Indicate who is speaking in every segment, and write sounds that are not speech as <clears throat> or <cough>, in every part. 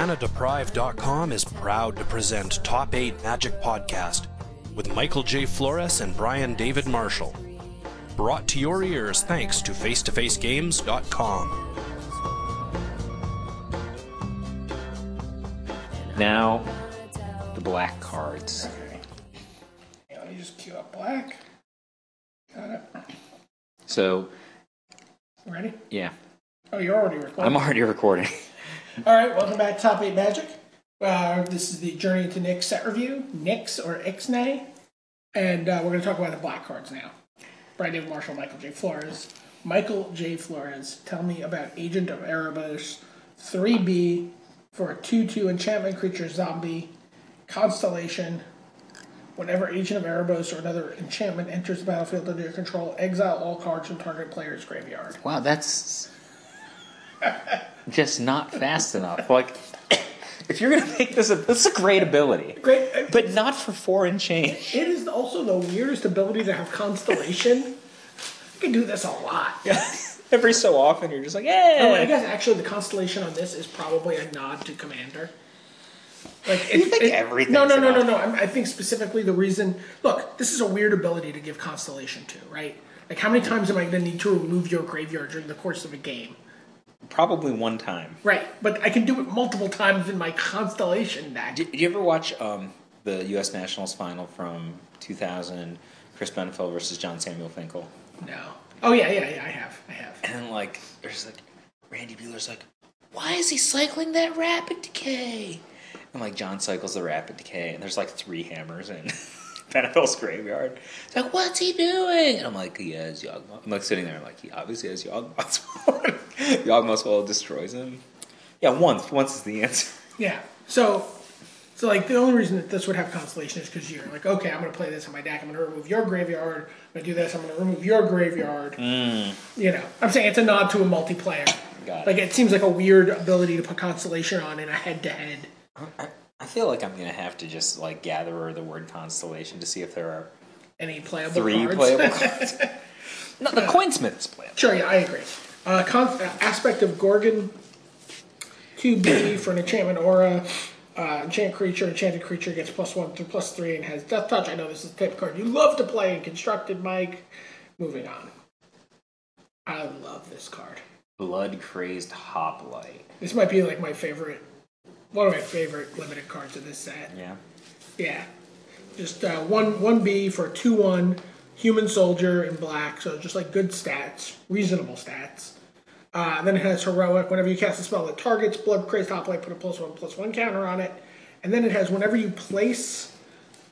Speaker 1: ManaDeprived.com is proud to present Top 8 Magic Podcast with Michael J. Flores and Brian David Marshall. Brought to your ears thanks to FaceToFaceGames.com.
Speaker 2: Now, the black cards.
Speaker 3: Yeah, let me just queue up black. Got it.
Speaker 2: So,
Speaker 3: Ready?
Speaker 2: yeah,
Speaker 3: Oh, you're already recording.
Speaker 2: I'm already recording. <laughs>
Speaker 3: All right, welcome back to Top 8 Magic. Uh, this is the Journey to Nyx set review, Nyx or Ixnay. And uh, we're going to talk about the black cards now. Brian David Marshall, Michael J. Flores. Michael J. Flores, tell me about Agent of Erebos 3B for a 2 2 enchantment creature zombie, Constellation. Whenever Agent of Erebos or another enchantment enters the battlefield under your control, exile all cards from target player's graveyard.
Speaker 2: Wow, that's just not fast enough. Like, <coughs> if you're gonna make this a this is a great ability,
Speaker 3: Great. uh,
Speaker 2: but not for four and change. <laughs>
Speaker 3: It is also the weirdest ability to have constellation. I can do this a lot.
Speaker 2: <laughs> Every so often, you're just like, hey.
Speaker 3: Oh, I guess actually the constellation on this is probably a nod to Commander. Like it,
Speaker 2: think
Speaker 3: it-
Speaker 2: everything's
Speaker 3: No, no, no,
Speaker 2: a
Speaker 3: no,
Speaker 2: nod?
Speaker 3: no. I'm, I think specifically the reason. Look, this is a weird ability to give constellation to, right? Like how many times am I going to need to remove your graveyard during the course of a game?
Speaker 2: Probably one time.
Speaker 3: Right, but I can do it multiple times in my constellation deck.
Speaker 2: Did, did you ever watch um, the U.S. Nationals final from 2000? Chris Benfield versus John Samuel Finkel.
Speaker 3: No. Oh yeah, yeah, yeah. I have, I have.
Speaker 2: And like, there's like, Randy Bueller's like, why is he cycling that rapid decay? And like, John cycles the rapid decay, and there's like three hammers in <laughs> Benefill's graveyard. It's like, what's he doing? And I'm like, he has Yawgmoth. I'm like sitting there, I'm like, he obviously has Yawgmoth's sword. <laughs> Yawgmoth's wall destroys him. Yeah, once. Once is the answer.
Speaker 3: Yeah. So, so like the only reason that this would have constellation is because you're like, okay, I'm gonna play this on my deck. I'm gonna remove your graveyard. I'm gonna do this. I'm gonna remove your graveyard. You know, I'm saying it's a nod to a multiplayer.
Speaker 2: Mm. Got it.
Speaker 3: like it seems like a weird ability to put constellation on in a head-to-head.
Speaker 2: I feel like I'm gonna have to just like gather the word constellation to see if there are
Speaker 3: Any playable
Speaker 2: three
Speaker 3: cards. <laughs>
Speaker 2: playable cards. no, the coinsmith is playable.
Speaker 3: Sure, yeah, I agree. Uh, con- uh, aspect of Gorgon 2B for an enchantment aura. Uh, enchant creature, enchanted creature gets plus one through plus three and has death touch. I know this is the type of card you love to play in constructed, Mike. Moving on. I love this card.
Speaker 2: Blood crazed hoplite.
Speaker 3: This might be like my favorite, one of my favorite limited cards in this set.
Speaker 2: Yeah.
Speaker 3: Yeah. Just uh, one one B for a two one human soldier in black, so just like good stats, reasonable stats. Uh, then it has heroic. Whenever you cast a spell that targets blood crazed hoplite, put a plus one plus one counter on it. And then it has whenever you place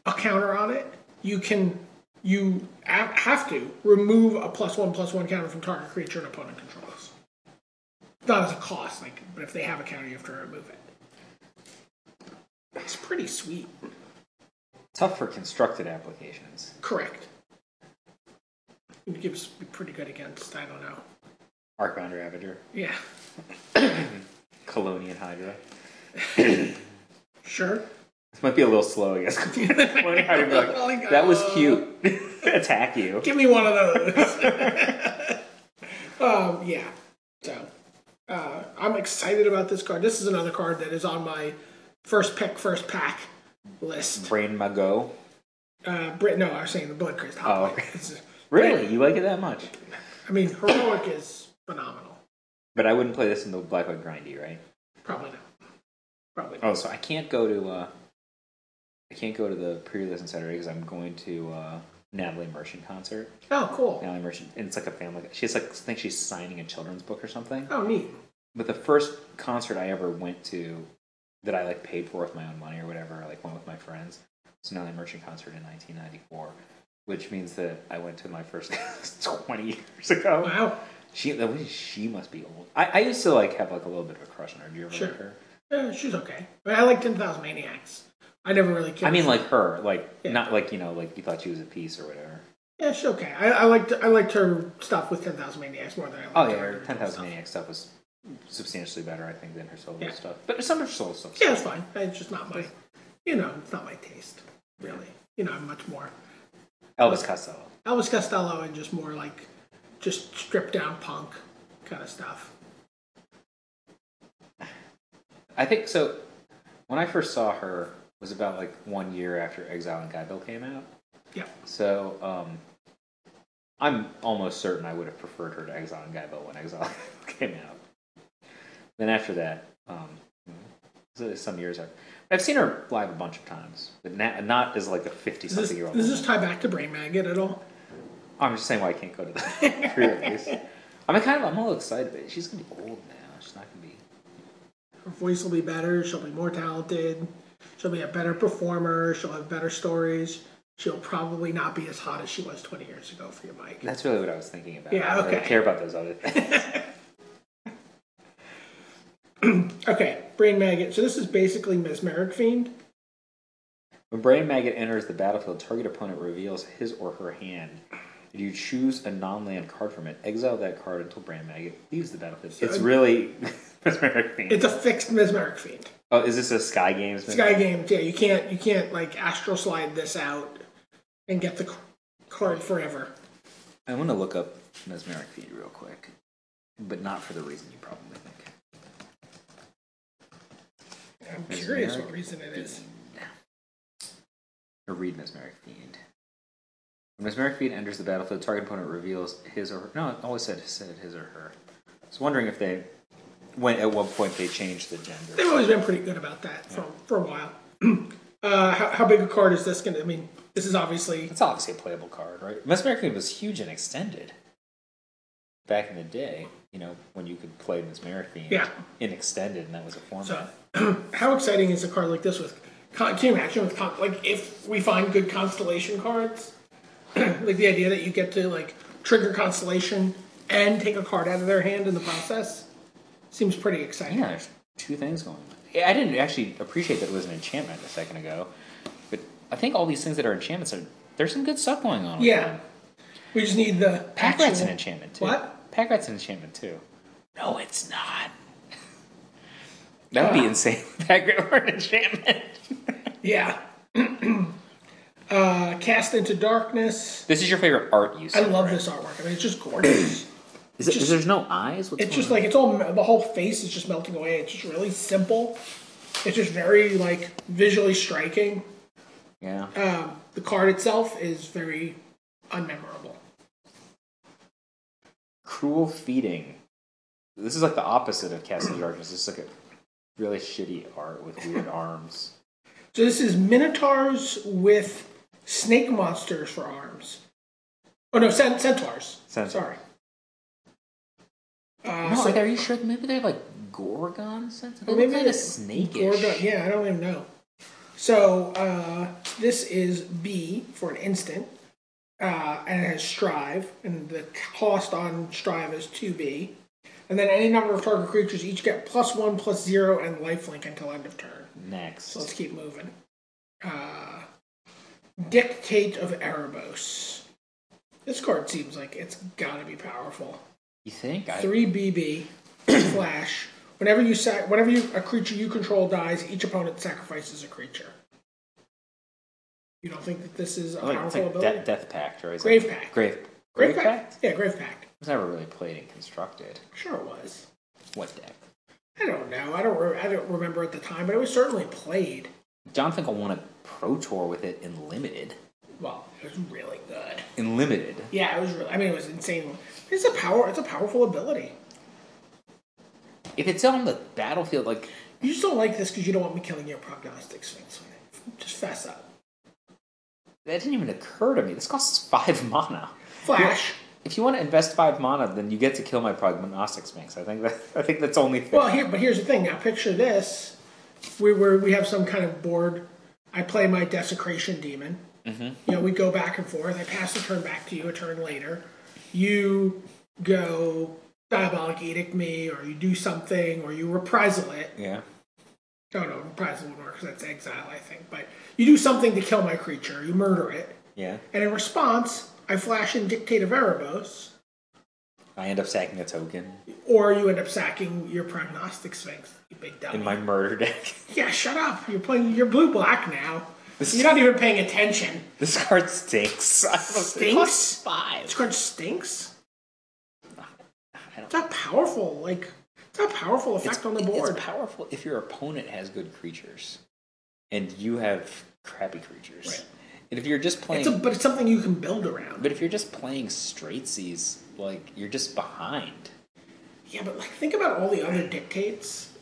Speaker 3: a counter on it, you can you a- have to remove a plus one plus one counter from target creature and opponent controls. Not as a cost, like, but if they have a counter, you have to remove it. It's pretty sweet.
Speaker 2: Tough for constructed applications.
Speaker 3: Correct. It gives be pretty good against. I don't know.
Speaker 2: Arcbound Ravager,
Speaker 3: Yeah.
Speaker 2: Colonian Hydra.
Speaker 3: Sure.
Speaker 2: This might be a little slow, I guess. <laughs> Colonian Hydra would be like,
Speaker 3: Oh my God.
Speaker 2: that was cute. <laughs> Attack you.
Speaker 3: Give me one of those. um, yeah. So uh, I'm excited about this card. This is another card that is on my first pick, first pack list.
Speaker 2: Brain Mago.
Speaker 3: Uh, Brit, no, I was saying the Blood Crest.
Speaker 2: Oh, okay. Really? You like it that much?
Speaker 3: I mean, heroic is phenomenal.
Speaker 2: But I wouldn't play this in the Black White Grindy, right?
Speaker 3: Probably not. Probably. Not.
Speaker 2: Oh, so I can't go to uh I can't go to the pre-release on Saturday because I'm going to uh Natalie Merchant concert.
Speaker 3: Oh, cool.
Speaker 2: Natalie Merchant, and it's like a family. She's like, I think she's signing a children's book or something.
Speaker 3: Oh, neat.
Speaker 2: but the first concert I ever went to that I like paid for with my own money or whatever, I, like went with my friends. It's another merchant concert in 1994, which means that I went to my first <laughs> 20 years ago.
Speaker 3: Wow.
Speaker 2: She, that was- she must be old. I, I used to like have like a little bit of a crush on her. Do you ever
Speaker 3: Sure.
Speaker 2: like her?
Speaker 3: Yeah, Uh, she's okay. I, mean, I like 10,000 Maniacs. I never really
Speaker 2: I
Speaker 3: cared.
Speaker 2: mean, like her, like
Speaker 3: Yeah.
Speaker 2: not like you know, like you thought she was a piece or whatever.
Speaker 3: Yeah, she's okay. I, I liked I liked her stuff with Ten Thousand Maniacs more than I liked
Speaker 2: Oh yeah,
Speaker 3: her
Speaker 2: her
Speaker 3: original
Speaker 2: 10,000
Speaker 3: stuff.
Speaker 2: Maniac stuff was substantially better, I think, than her solo
Speaker 3: Yeah.
Speaker 2: stuff. But some of her solo stuff.
Speaker 3: Yeah, it's fine. It's just not my, you know, it's not my taste really. You know, I'm much more
Speaker 2: Elvis Costello.
Speaker 3: Elvis Costello and just more like just stripped down punk kind of stuff.
Speaker 2: I think so. When I first saw her was about like one year after Exile and Guyville came out.
Speaker 3: Yeah.
Speaker 2: So um, I'm almost certain I would have preferred her to Exile and Guyville when Exile <laughs> came out. Then after that, um, so some years after, I've seen her live a bunch of times, but na- not as like a fifty
Speaker 3: Does this,
Speaker 2: something year old.
Speaker 3: does this tie back to Brain Maggot at all?
Speaker 2: I'm just saying why I can't go to the <laughs> pre-release. I'm kind of I'm a little excited, but she's gonna be old now. She's not gonna be.
Speaker 3: Her voice will be better. She'll be more talented. She'll be a better performer. She'll have better stories. She'll probably not be as hot as she was 20 years ago for you, Mike.
Speaker 2: That's really what I was thinking about.
Speaker 3: Yeah,
Speaker 2: I don't really
Speaker 3: okay.
Speaker 2: care about those other things.
Speaker 3: Okay, Brain Maggot. So this is basically Mesmeric Fiend.
Speaker 2: when Brain Maggot enters the battlefield, target opponent reveals his or her hand. If you choose a non-land card from it, exile that card until Brain Maggot leaves the battlefield. it's
Speaker 3: I-
Speaker 2: really <laughs> mesmeric thing.
Speaker 3: It's a fixed Mesmeric Fiend.
Speaker 2: oh, is this a Sky Games?
Speaker 3: Sky Games. Yeah, you can't you can't like astral slide this out and get the c- card forever.
Speaker 2: I want to look up mesmeric feet real quick, but not for the reason you probably think.
Speaker 3: I'm curious
Speaker 2: Mesmeric
Speaker 3: what reason it is.
Speaker 2: Or read Mesmeric Fiend. When Mesmeric Fiend enters the battlefield, target opponent reveals his or her. No, it always said, said his or her. I was wondering if they. When, at what point they changed the
Speaker 3: They've
Speaker 2: gender.
Speaker 3: always been pretty good about that for, for a while. <clears throat> uh, how, how big a card is this going to? I mean, this is obviously
Speaker 2: It's obviously a playable card, right? Mesmeric Fiend was huge and extended. Back in the day, you know, when you could play Mesmeric Fiend
Speaker 3: Yeah.
Speaker 2: in extended, and that was a format.
Speaker 3: so. <clears throat> how exciting is a card like this with? Con, can you imagine with con, like if we find good constellation cards, <clears throat> like the idea that you get to like trigger constellation and take a card out of their hand in the process seems pretty exciting.
Speaker 2: Yeah, there's two things going on. Yeah, I didn't actually appreciate that it was an enchantment a second ago, but I think all these things that are enchantments are there's some good stuff going on. with
Speaker 3: Yeah.
Speaker 2: them.
Speaker 3: We just need the
Speaker 2: pack rat's an
Speaker 3: actual-
Speaker 2: enchantment too.
Speaker 3: What?
Speaker 2: Pack rat's an enchantment too. No, it's
Speaker 3: <laughs>
Speaker 2: not. That would be
Speaker 3: Yeah.
Speaker 2: insane. Pack rat were an enchantment.
Speaker 3: Yeah. <clears throat> uh, cast into darkness.
Speaker 2: This is your favorite art use.
Speaker 3: I love this artwork. I mean, it's just gorgeous.
Speaker 2: Is it,
Speaker 3: just-
Speaker 2: there's no eyes. What's
Speaker 3: it's just
Speaker 2: going
Speaker 3: like it's all the whole face is just melting away. It's just really simple. It's just very like visually
Speaker 2: on?
Speaker 3: striking.
Speaker 2: yeah.
Speaker 3: Um, the card itself is very unmemorable.
Speaker 2: Cruel feeding. This is like the opposite of Castle of Darkness. This is like a really shitty art with weird <laughs> arms.
Speaker 3: So this is minotaurs with snake monsters for arms. Oh no, cent- centaurs.
Speaker 2: Centaurs.
Speaker 3: Sorry. Uh,
Speaker 2: No,
Speaker 3: so-
Speaker 2: like, are you sure? Maybe they're like Gorgon sensitive. They
Speaker 3: Or
Speaker 2: look
Speaker 3: maybe
Speaker 2: kind of
Speaker 3: it's
Speaker 2: snakish.
Speaker 3: Gorgon. Yeah, I don't even know. So uh, this is B for an instant, uh, and it has strive, and the cost on strive is two B, and then any number of target creatures each get plus one, plus zero, and lifelink until end of turn.
Speaker 2: Next.
Speaker 3: So let's keep moving. Uh, Dictate of Erebos. This card seems like it's gotta be powerful.
Speaker 2: You think? I,
Speaker 3: Three BB flash. Whenever you sac- whenever you, a creature you control dies, each opponent sacrifices a creature. You don't think that this is a
Speaker 2: I like, Oh, it's
Speaker 3: powerful
Speaker 2: like
Speaker 3: ability?
Speaker 2: De- Death Pact, right? It's
Speaker 3: Grave
Speaker 2: like-
Speaker 3: Pact.
Speaker 2: Grave.
Speaker 3: Grave Pact? Yeah, Grave Pact.
Speaker 2: It was never really played and constructed.
Speaker 3: Sure it was.
Speaker 2: What deck?
Speaker 3: I don't know. I don't. Re- I don't remember at the time, but it was certainly played.
Speaker 2: John Finkel won a Pro Tour with it in limited.
Speaker 3: Well, it was really good.
Speaker 2: In limited.
Speaker 3: Yeah, it was. Really, I mean, it was insane. It's a power. It's a powerful ability.
Speaker 2: If it's on the battlefield, like
Speaker 3: You just don't like this because you don't want me killing your prognostic sphinx with it. Just fess up.
Speaker 2: that didn't even occur to me. This costs <laughs> five mana.
Speaker 3: Flash.
Speaker 2: If you want to invest five mana, then you get to kill my prognostic sphinx. I think that <laughs> I think that's only fair.
Speaker 3: Well, here, but here's the thing. Now, picture this: we were we have some kind of board. I play my desecration demon.
Speaker 2: Mm-hmm.
Speaker 3: You know, we go back and forth. I pass the turn back to you a turn later. You go diabolic edict me, or you do something, or you reprisal it.
Speaker 2: yeah.
Speaker 3: No, no, reprisal would work because that's exile, I think. But you do something to kill my creature. You murder it,
Speaker 2: Yeah.
Speaker 3: and in response, I flash in dictate of Erebos,
Speaker 2: I end up sacking a token
Speaker 3: or you end up sacking your prognostic sphinx. You big dummy.
Speaker 2: in my murder deck.
Speaker 3: Yeah, shut up. You're playing. You're blue black now.
Speaker 2: This-
Speaker 3: You're not even paying attention.
Speaker 2: This card stinks. <laughs> I don't
Speaker 3: Stinks?
Speaker 2: Plus five.
Speaker 3: This card stinks.
Speaker 2: I don't-
Speaker 3: It's not powerful. Like it's It's a powerful effect
Speaker 2: it's,
Speaker 3: on the board.
Speaker 2: It's powerful if your opponent has good creatures, and you have crappy creatures.
Speaker 3: Right.
Speaker 2: And if you're just playing,
Speaker 3: It's a, but it's something you can build around.
Speaker 2: but if you're just playing straightsies, like you're just behind.
Speaker 3: yeah, but like think about all the other dictates.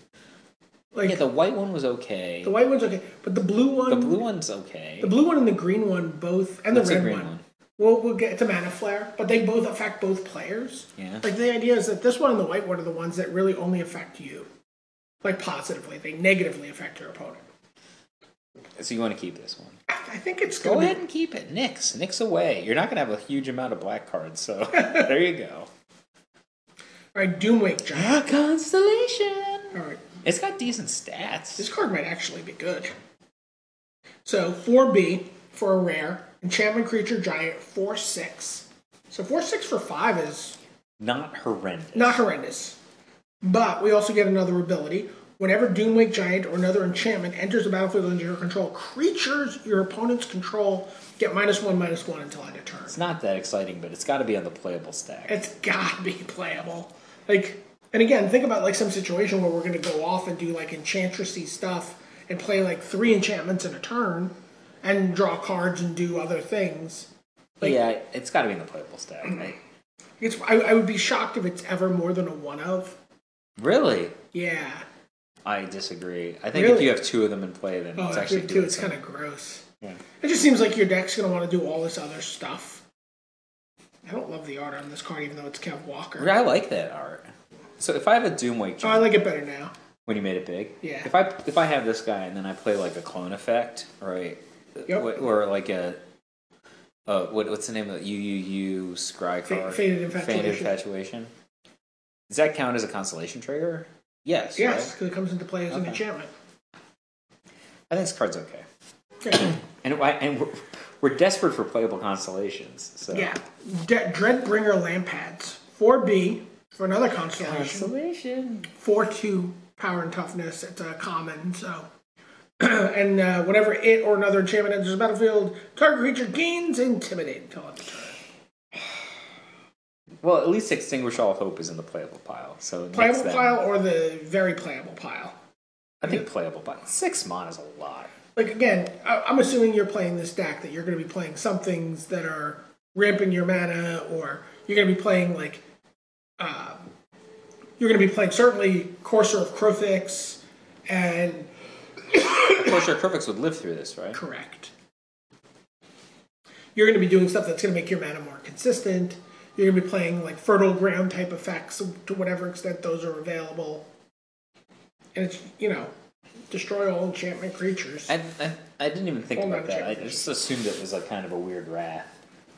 Speaker 3: Like
Speaker 2: Yeah, the white one was okay.
Speaker 3: the white one's okay, but the blue one,
Speaker 2: The blue one's okay.
Speaker 3: the blue one and the green one both, and the
Speaker 2: What's the
Speaker 3: red
Speaker 2: green
Speaker 3: one.
Speaker 2: one?
Speaker 3: We'll, we'll get to mana flare, but they both affect both players.
Speaker 2: Yeah.
Speaker 3: Like the idea is that this one and the white one are the ones that really only affect you, like positively. They negatively affect your opponent.
Speaker 2: so you want to keep this one?
Speaker 3: I, I think it's
Speaker 2: Go
Speaker 3: gonna be-
Speaker 2: ahead and keep it. Nix. Nix away. You're not going to have a huge amount of black cards, so <laughs> there you
Speaker 3: <laughs>
Speaker 2: go.
Speaker 3: All right, Doomwake Giant.
Speaker 2: Constellation.
Speaker 3: All right,
Speaker 2: It's got decent stats.
Speaker 3: this card might actually be good. So four B for a rare enchantment creature giant four six. So four six for five is
Speaker 2: Not horrendous.
Speaker 3: Not horrendous. But we also get another ability. Whenever Doomwake Giant or another enchantment enters the battlefield under your control, creatures your opponents control get minus one, minus one until end of turn.
Speaker 2: It's not that exciting, but it's got to be on the playable stack.
Speaker 3: It's gotta be playable. Like, and again, think about like some situation where we're gonna go off and do like enchantressy stuff and play like three enchantments in a turn and draw cards and do other things.
Speaker 2: But yeah, it's got to be in the playable stack.
Speaker 3: Mm-hmm.
Speaker 2: Right?
Speaker 3: It's I, I would be shocked if it's ever more than a one of.
Speaker 2: Really?
Speaker 3: Yeah.
Speaker 2: I disagree. I think if
Speaker 3: Really?
Speaker 2: you have two of them in play, then
Speaker 3: Oh,
Speaker 2: it's
Speaker 3: I
Speaker 2: actually
Speaker 3: agree, too.
Speaker 2: doing
Speaker 3: It's kind
Speaker 2: something.
Speaker 3: of gross.
Speaker 2: Yeah.
Speaker 3: It just seems like your deck's gonna want to do all this other stuff. I don't love the art on this card, even though it's Kev Walker.
Speaker 2: I like that art. So if I have a Doomwake
Speaker 3: Oh, I
Speaker 2: giant
Speaker 3: like it better now.
Speaker 2: when you made it big,
Speaker 3: Yeah.
Speaker 2: If I if I have this guy and then I play like a clone effect, right?
Speaker 3: Yep.
Speaker 2: Wh- Or like a. Uh, what, what's the name of it? UUU Scry
Speaker 3: Fa-
Speaker 2: card?
Speaker 3: Faded Infatuation.
Speaker 2: Faded Infatuation. Does that count as a constellation trigger? Yes.
Speaker 3: Yes,
Speaker 2: right?
Speaker 3: because it comes into play as an
Speaker 2: Okay.
Speaker 3: enchantment.
Speaker 2: I think this card's okay.
Speaker 3: Yeah,
Speaker 2: And I, and we're, we're desperate for playable constellations. So
Speaker 3: yeah. De- Dreadbringer Lampads, four B for another constellation,
Speaker 2: constellation.
Speaker 3: four two power and toughness. It's a common, so. <clears throat> and uh, whenever it or another enchantment enters the battlefield, target creature gains intimidate until end of turn.
Speaker 2: Well, at least extinguish all hope is in the playable pile. So it makes
Speaker 3: Playable
Speaker 2: that-
Speaker 3: pile or the very playable pile.
Speaker 2: I think playable pile. Six mon is a
Speaker 3: <coughs>
Speaker 2: lot.
Speaker 3: like again, I- I'm assuming you're playing this deck that you're going to be playing some things that are ramping your mana, or you're going to be playing like, uh, you're going to be playing certainly Courser of Crofix and
Speaker 2: Of course, your perfects would live through this, right?
Speaker 3: correct. You're going to be doing stuff that's going to make your mana more consistent. You're going to be playing like fertile ground type effects to whatever extent those are available, and it's you know destroy all enchantment creatures.
Speaker 2: I, I, I didn't even think
Speaker 3: Hold
Speaker 2: about
Speaker 3: on,
Speaker 2: that.
Speaker 3: check
Speaker 2: I
Speaker 3: this.
Speaker 2: just assumed it was like kind of a weird wrath.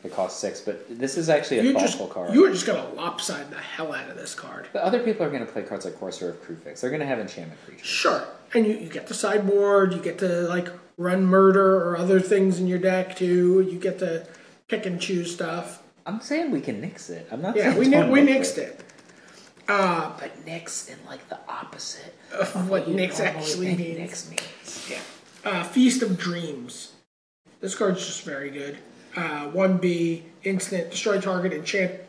Speaker 2: It costs six, but this is actually a
Speaker 3: you just
Speaker 2: thoughtful card.
Speaker 3: you are just gonna lopside the hell out of this card.
Speaker 2: But other people are going to play cards like Corsair of Crufix. They're going to have enchantment creatures.
Speaker 3: Sure, and you, you get the sideboard. You get to like run murder or other things in your deck too. You get to pick and choose stuff.
Speaker 2: I'm saying we can nix it. I'm not.
Speaker 3: Yeah,
Speaker 2: saying
Speaker 3: we ni-
Speaker 2: don't
Speaker 3: we
Speaker 2: nix
Speaker 3: nixed it.
Speaker 2: But nix in like the opposite
Speaker 3: <laughs> Of what
Speaker 2: you
Speaker 3: Nix
Speaker 2: normally
Speaker 3: actually
Speaker 2: think
Speaker 3: means.
Speaker 2: Nix means.
Speaker 3: Yeah. Uh, Feast of Dreams. This card's just very good. Uh, One B instant destroy target enchant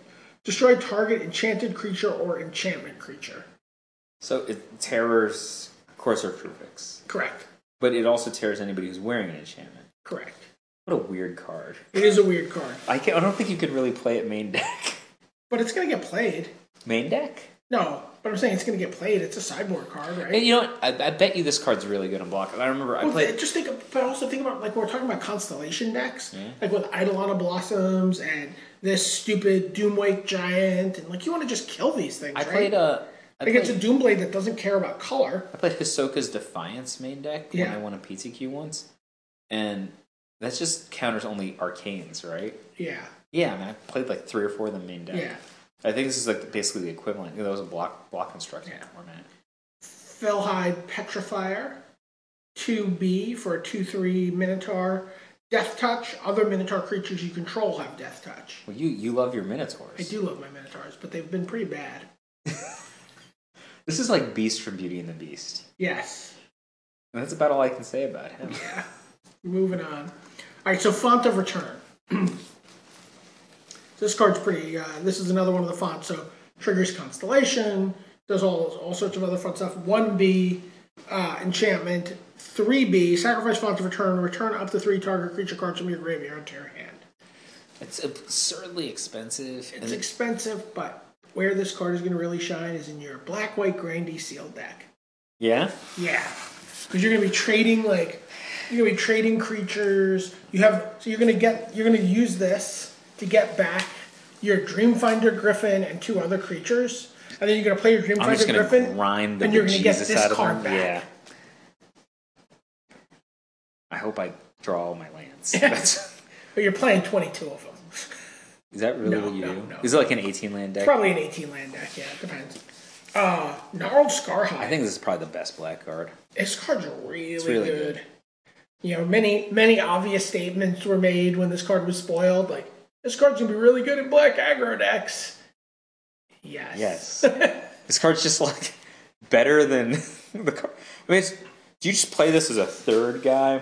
Speaker 3: destroy target enchanted creature or enchantment creature.
Speaker 2: So it tears Corsair of Crufix,
Speaker 3: Correct.
Speaker 2: but it also tears anybody who's wearing an enchantment.
Speaker 3: Correct.
Speaker 2: What a weird card.
Speaker 3: It is a weird card,
Speaker 2: I, can, I don't think you could really play it main deck. <laughs>
Speaker 3: but it's gonna get played.
Speaker 2: main deck?
Speaker 3: No, but I'm saying it's going to get played. It's a sideboard card, right?
Speaker 2: And you know what? I, I bet you this card's really good in block. I remember I
Speaker 3: Well,
Speaker 2: played.
Speaker 3: just think, but also think about like we're talking about constellation decks,
Speaker 2: Hmm?
Speaker 3: like with Eidolon of Blossoms and this stupid Doomwake Giant, and like you want to just kill these things,
Speaker 2: I
Speaker 3: right?
Speaker 2: played uh, I
Speaker 3: like
Speaker 2: played,
Speaker 3: it's a Doomblade that doesn't care about color.
Speaker 2: I played Hisoka's Defiance main deck when
Speaker 3: Yeah.
Speaker 2: I won a PTQ once, and that's just counters only arcanes, right?
Speaker 3: Yeah,
Speaker 2: Yeah, I mean I played like three or four of the main deck.
Speaker 3: yeah.
Speaker 2: I think this is like basically the equivalent. You know, that was a block block construction
Speaker 3: Yeah.
Speaker 2: format.
Speaker 3: Felhide Petrifier, two B for a two three Minotaur. Death Touch. Other Minotaur creatures you control have Death Touch.
Speaker 2: Well, you you love your minotaurs.
Speaker 3: I do love my Minotaurs, but they've been pretty bad.
Speaker 2: This is like Beast from Beauty and the Beast.
Speaker 3: Yes.
Speaker 2: And that's about all I can say about him.
Speaker 3: Moving on. All right, so font of return. <clears throat> this card's pretty. Uh, this is another one of the fonts. So triggers constellation, There's all all sorts of other fun stuff. One B, uh, enchantment. Three B, sacrifice font of return. Return up to three target creature cards from your graveyard to your hand.
Speaker 2: It's absurdly expensive.
Speaker 3: It's expensive, but where this card is going to really shine is in your black white grindy sealed deck.
Speaker 2: yeah.
Speaker 3: Yeah, because you're gonna be trading like you're gonna be trading creatures. You have so you're gonna get you're gonna use this to get back your Dreamfinder Griffin and two other creatures, and then you're gonna play your
Speaker 2: I'm just
Speaker 3: Dreamfinder
Speaker 2: gonna
Speaker 3: Griffin,
Speaker 2: grind the
Speaker 3: and you're gonna get
Speaker 2: Jesus
Speaker 3: this
Speaker 2: out of
Speaker 3: card
Speaker 2: them.
Speaker 3: back.
Speaker 2: Yeah. I hope I draw all my
Speaker 3: <laughs>
Speaker 2: lands. That's,
Speaker 3: But you're playing 22 of them.
Speaker 2: is that really
Speaker 3: No,
Speaker 2: what you
Speaker 3: no,
Speaker 2: do?
Speaker 3: no.
Speaker 2: Is it like an 18 land deck?
Speaker 3: Probably an 18 land deck. Yeah, it depends. Uh, Gnarled Scarhide.
Speaker 2: I think this is probably the best black card.
Speaker 3: His cards are really,
Speaker 2: really
Speaker 3: good.
Speaker 2: good.
Speaker 3: You know, many many obvious statements were made when this card was spoiled, like this card's gonna be really good in black aggro decks. Yes. <laughs>
Speaker 2: Yes. this card's just like <laughs> better than <laughs> the card. I mean, it's, do you just play this as a third guy?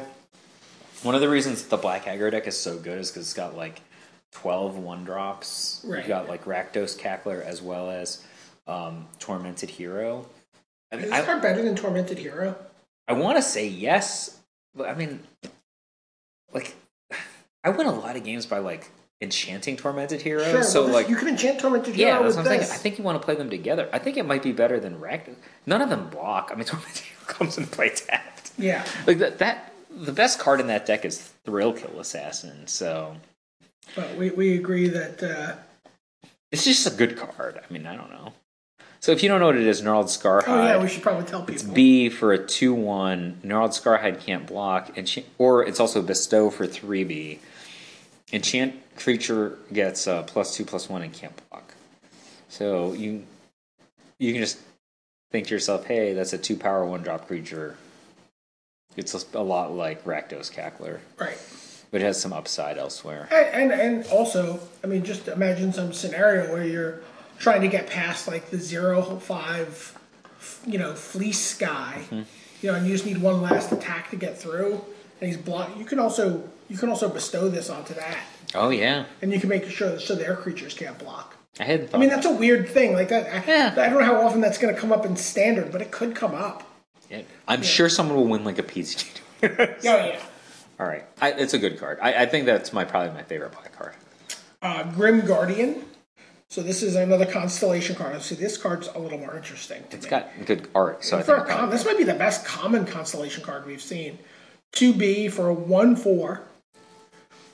Speaker 2: One of the reasons that the black aggro deck is so good is because it's got like 12 one drops.
Speaker 3: Right.
Speaker 2: You've got like Rakdos Cackler as well as um, Tormented Hero. I,
Speaker 3: Is
Speaker 2: mean,
Speaker 3: this
Speaker 2: I,
Speaker 3: card better than Tormented Hero?
Speaker 2: I want to say yes, but I mean, like, <sighs> I win a lot of games by like enchanting Tormented Hero.
Speaker 3: Sure.
Speaker 2: Uh, so,
Speaker 3: well, this-
Speaker 2: like,
Speaker 3: you can enchant Tormented Hero
Speaker 2: yeah, that's
Speaker 3: with
Speaker 2: what I'm
Speaker 3: this.
Speaker 2: saying. I think you want to play them together. I think it might be better than Rakdos. None of them block. I mean, <laughs> Tormentor comes and play tapped.
Speaker 3: yeah.
Speaker 2: Like that, that the best card in that deck is Thrill Kill Assassin. So
Speaker 3: But we, we agree that uh
Speaker 2: it's just a good card. I mean, I don't know. So if you don't know what it is, Gnarled Scarhide.
Speaker 3: oh yeah, we should probably tell people.
Speaker 2: it's B for a two-one. Gnarled Scarhide can't block, and she, or it's also Bestow for three B. Enchant creature gets uh, plus two plus one and can't block. So you you can just think to yourself, hey, that's a two power one drop creature. It's a lot like Rakdos Cackler,
Speaker 3: right.
Speaker 2: but it has some upside elsewhere.
Speaker 3: And, and and also, I mean, just imagine some scenario where you're trying to get past like the zero five, you know, fleece guy,
Speaker 2: Mm-hmm.
Speaker 3: you know, and you just need one last attack to get through, and he's block. You can also you can also bestow this onto that,
Speaker 2: Oh yeah,
Speaker 3: and you can make sure so their creatures can't block.
Speaker 2: I hadn't thought.
Speaker 3: I mean, that's a weird thing like that. I,
Speaker 2: Yeah.
Speaker 3: I don't know how often that's going to come up in standard, but it could come up.
Speaker 2: Yeah. I'm sure someone will win like a PCG.
Speaker 3: Yeah, yeah.
Speaker 2: <laughs> All right, I, it's a good card. I, I think that's my probably my favorite black card.
Speaker 3: uh, Grim Guardian. So this is another constellation card. See, this card's a little more interesting. To
Speaker 2: It's
Speaker 3: me.
Speaker 2: got good art, so I
Speaker 3: for
Speaker 2: think
Speaker 3: a
Speaker 2: I'll
Speaker 3: com- this might be the best common constellation card we've seen. Two B for a one four,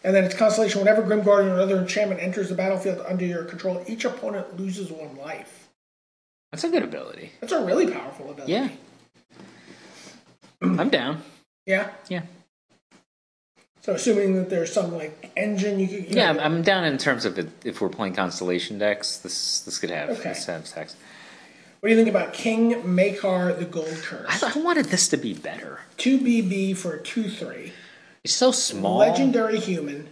Speaker 3: and then it's constellation. Whenever Grim Guardian or another enchantment enters the battlefield under your control, each opponent loses one life.
Speaker 2: that's a good ability.
Speaker 3: That's a really powerful ability.
Speaker 2: Yeah, I'm down.
Speaker 3: Yeah.
Speaker 2: Yeah,
Speaker 3: So assuming that there's some like engine you could. You
Speaker 2: yeah, I'm,
Speaker 3: know-
Speaker 2: I'm down in terms of it, if we're playing constellation decks. This this could have
Speaker 3: Okay.
Speaker 2: this have sex.
Speaker 3: what do you think about King Makar the Gold
Speaker 2: I,
Speaker 3: Curse?
Speaker 2: I wanted this to be better.
Speaker 3: Two BB for a two three.
Speaker 2: It's so small.
Speaker 3: legendary human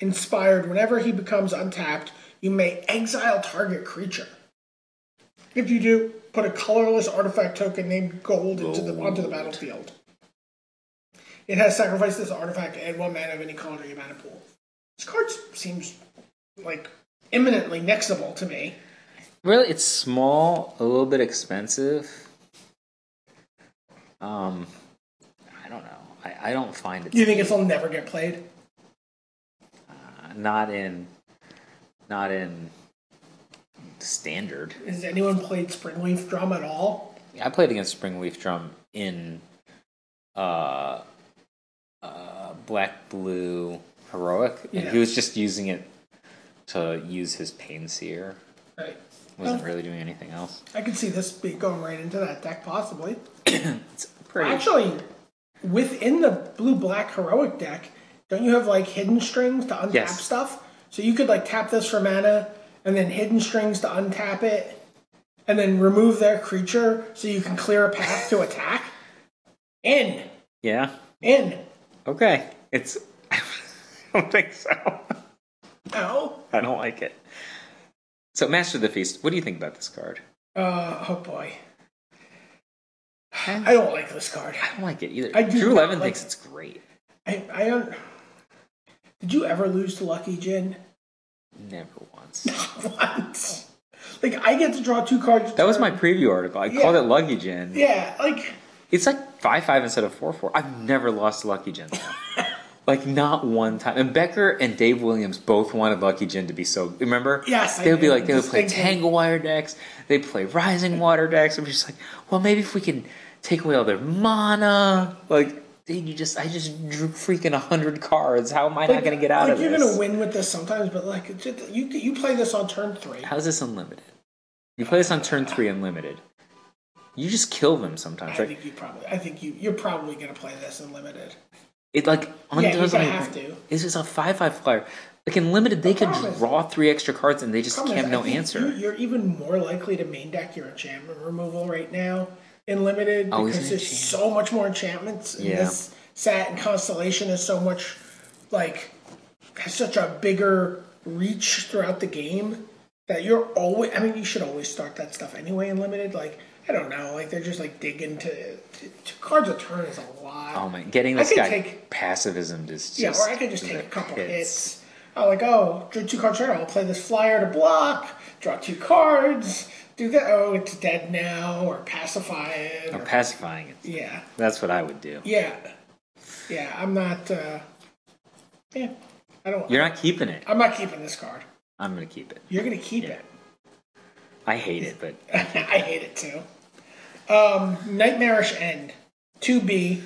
Speaker 3: inspired whenever he becomes untapped you may exile target creature if you do put a colorless artifact token named gold, into the onto the
Speaker 2: Gold.
Speaker 3: battlefield it has sacrificed this artifact to add one mana of any color to your mana pool this card seems like imminently nexable to me
Speaker 2: Really, it's small, a little bit expensive. Um, I don't know. I, I don't find it
Speaker 3: do you think it'll never get played
Speaker 2: uh, not in not in standard.
Speaker 3: has anyone played springleaf drum at all
Speaker 2: I played against Springleaf Drum in uh, uh, Black Blue Heroic, and
Speaker 3: Yeah.
Speaker 2: he was just using it to use his Pain Seer.
Speaker 3: right
Speaker 2: wasn't
Speaker 3: Oh.
Speaker 2: really doing anything else.
Speaker 3: i could see this be going right into that deck possibly
Speaker 2: It's pretty.
Speaker 3: Actually, within the blue black heroic deck, don't you have like hidden strings to untap
Speaker 2: Yes.
Speaker 3: stuff? So you could like tap this for mana and then hidden strings to untap it and then remove their creature so you can clear a path to attack. In.
Speaker 2: yeah.
Speaker 3: In.
Speaker 2: Okay. It's. <laughs> I don't think so.
Speaker 3: Oh.
Speaker 2: I don't like it. So, Master of the Feast, what do you think about this card?
Speaker 3: Uh, oh boy.
Speaker 2: I
Speaker 3: I don't like this card.
Speaker 2: I don't like it either.
Speaker 3: I do
Speaker 2: Drew
Speaker 3: not
Speaker 2: Levin
Speaker 3: like
Speaker 2: thinks
Speaker 3: it.
Speaker 2: it's great.
Speaker 3: I, I don't. Did you ever lose to Lucky Jin?
Speaker 2: Never once.
Speaker 3: <laughs> Once. Like I get to draw two cards.
Speaker 2: That was my preview article. I called it Lucky Gin.
Speaker 3: Yeah, like
Speaker 2: It's like five five instead of four four. I've never lost to Lucky Gin.
Speaker 3: <laughs>
Speaker 2: though. like not one time. And Becker and Dave Williams both wanted Lucky Gin to be so. Remember?
Speaker 3: Yes, I
Speaker 2: They would be
Speaker 3: do.
Speaker 2: like they would
Speaker 3: Just
Speaker 2: play
Speaker 3: thinking.
Speaker 2: Tangle Wire decks. They play Rising Water decks. I'm just like, well, maybe if we can take away all their mana, like. Dude, you just I just drew freaking hundred cards. How am I not
Speaker 3: like,
Speaker 2: gonna get out
Speaker 3: like,
Speaker 2: of
Speaker 3: you're
Speaker 2: this?
Speaker 3: gonna win with this sometimes, but like it's just, you you play this on turn three.
Speaker 2: How's this unlimited? You play this on turn three unlimited. You just kill them
Speaker 3: I
Speaker 2: sometimes, right?
Speaker 3: think you probably. I think you you're probably gonna play this in limited.
Speaker 2: It like
Speaker 3: you're
Speaker 2: undoes
Speaker 3: gonna
Speaker 2: my-
Speaker 3: have to.
Speaker 2: This is a five five flyer. Like in limited, they can
Speaker 3: problem is-
Speaker 2: draw three extra cards and they just
Speaker 3: Problem is,
Speaker 2: have
Speaker 3: I
Speaker 2: no
Speaker 3: think
Speaker 2: answer.
Speaker 3: You, you're even more likely to main deck your enchantment removal right now in limited
Speaker 2: Oh, is
Speaker 3: because
Speaker 2: it
Speaker 3: there's so much more enchantments in
Speaker 2: Yeah.
Speaker 3: this set, and constellation is so much like has such a bigger reach throughout the game that you're always. I mean, you should always start that stuff anyway in limited. Like I don't know, like they're just like digging to, to, to cards a turn is a lot.
Speaker 2: oh my! Getting
Speaker 3: I
Speaker 2: this
Speaker 3: could
Speaker 2: guy
Speaker 3: take-
Speaker 2: passivism is just
Speaker 3: Yeah, or I could just take a couple
Speaker 2: hits.
Speaker 3: hits. I'm like, oh, drew two cards right. I'll play this flyer to block, draw two cards, do that. Oh, it's dead now, or pacify it.
Speaker 2: Or
Speaker 3: or-
Speaker 2: pacifying it.
Speaker 3: yeah,
Speaker 2: That's what I would do.
Speaker 3: yeah, yeah. I'm not. Uh, yeah, I don't.
Speaker 2: You're not keeping it.
Speaker 3: I'm not keeping this card.
Speaker 2: I'm gonna keep it.
Speaker 3: You're gonna keep
Speaker 2: Yeah.
Speaker 3: it.
Speaker 2: I hate it, but
Speaker 3: I hate it <laughs> too. Um, Nightmarish End, two B,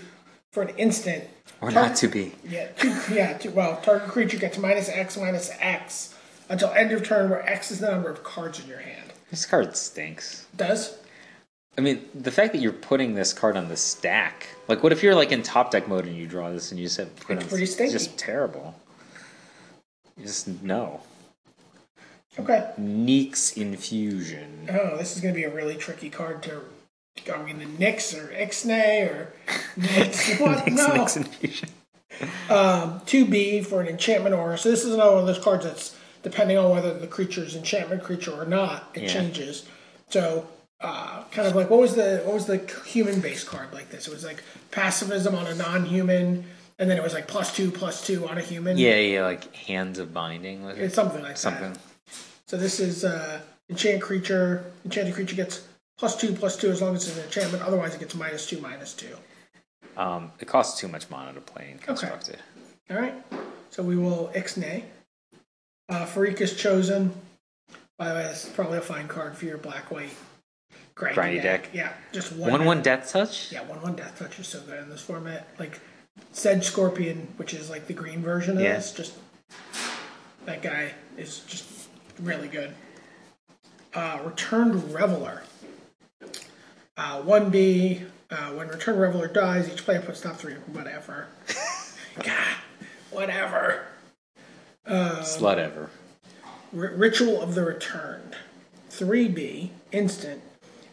Speaker 3: for an instant.
Speaker 2: or not to be.
Speaker 3: Yeah, two, yeah. Two, well, target creature gets minus X minus X until end of turn, where X is the number of cards in your hand.
Speaker 2: This card stinks.
Speaker 3: Does
Speaker 2: I mean, the fact that you're putting this card on the stack. Like, what if you're like in top deck mode and you draw this and you just have put
Speaker 3: It's
Speaker 2: on-
Speaker 3: pretty stinky.
Speaker 2: Just terrible. You just no.
Speaker 3: okay.
Speaker 2: Neeks infusion.
Speaker 3: Oh, this is gonna be a really tricky card to. Are we gonna Nix or Ixnay or Nix?
Speaker 2: <laughs>
Speaker 3: What?
Speaker 2: Neeks,
Speaker 3: no.
Speaker 2: Neeks infusion.
Speaker 3: Two B for an enchantment aura. So this is another one of those cards that's depending on whether the creature is enchantment creature or not, it
Speaker 2: Yeah.
Speaker 3: changes. So. Uh, kind of like what was the what was the human based card like this? It was like pacifism on a non human, and then it was like plus two plus two on a human.
Speaker 2: Yeah, yeah, like hands of binding. Was it?
Speaker 3: It's something like
Speaker 2: Something.
Speaker 3: that. So this is uh, enchant creature. Enchanted creature gets plus two, plus two as long as it's an enchantment. Otherwise, it gets minus two, minus two.
Speaker 2: Um, it costs too much mana to play and construct it.
Speaker 3: All right. So we will ixnay. Uh, Farik is chosen. By the way, that's probably a fine card for your black white grindy,
Speaker 2: Grindy
Speaker 3: deck.
Speaker 2: deck.
Speaker 3: Yeah, just one.
Speaker 2: One one death touch.
Speaker 3: Yeah, one one death touch is so good in this format. Like Sedge Scorpion, which is like the green version of
Speaker 2: Yeah.
Speaker 3: this, just that guy is just really good. Uh, returned Reveler. Uh, 1B, uh, when Returned Reveler dies, each player puts top three, whatever. God, whatever. Uh,
Speaker 2: Slut ever.
Speaker 3: R- Ritual of the Returned. 3B, instant.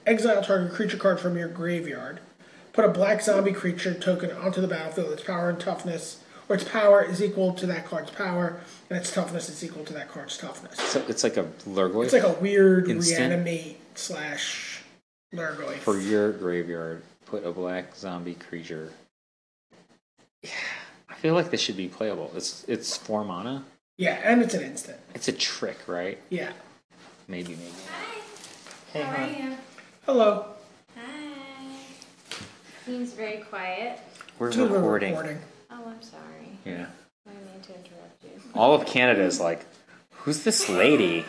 Speaker 3: Exile target creature card from your graveyard. Put a black zombie creature token onto the battlefield. Its power and toughness, or its power is equal to that card's power, and its toughness is equal to that card's toughness.
Speaker 2: So it's like a Lurgoy
Speaker 3: It's like a weird
Speaker 2: Instant.
Speaker 3: reanimate slash Lurgoy.
Speaker 2: for your graveyard. Put a black zombie creature. Yeah, I feel like this should be playable. It's it's four mana.
Speaker 3: yeah, and it's an instant.
Speaker 2: It's a trick, right?
Speaker 3: Yeah.
Speaker 2: Maybe maybe.
Speaker 4: Hi.
Speaker 3: Hey,
Speaker 4: How are
Speaker 3: hon.
Speaker 4: you?
Speaker 3: Hello.
Speaker 4: Hi. Seems very quiet.
Speaker 2: We're
Speaker 3: Dude, we're
Speaker 2: recording.
Speaker 4: Oh, I'm sorry.
Speaker 2: Yeah.
Speaker 4: I didn't mean to interrupt you. <laughs>
Speaker 2: All of Canada is like, who's this lady?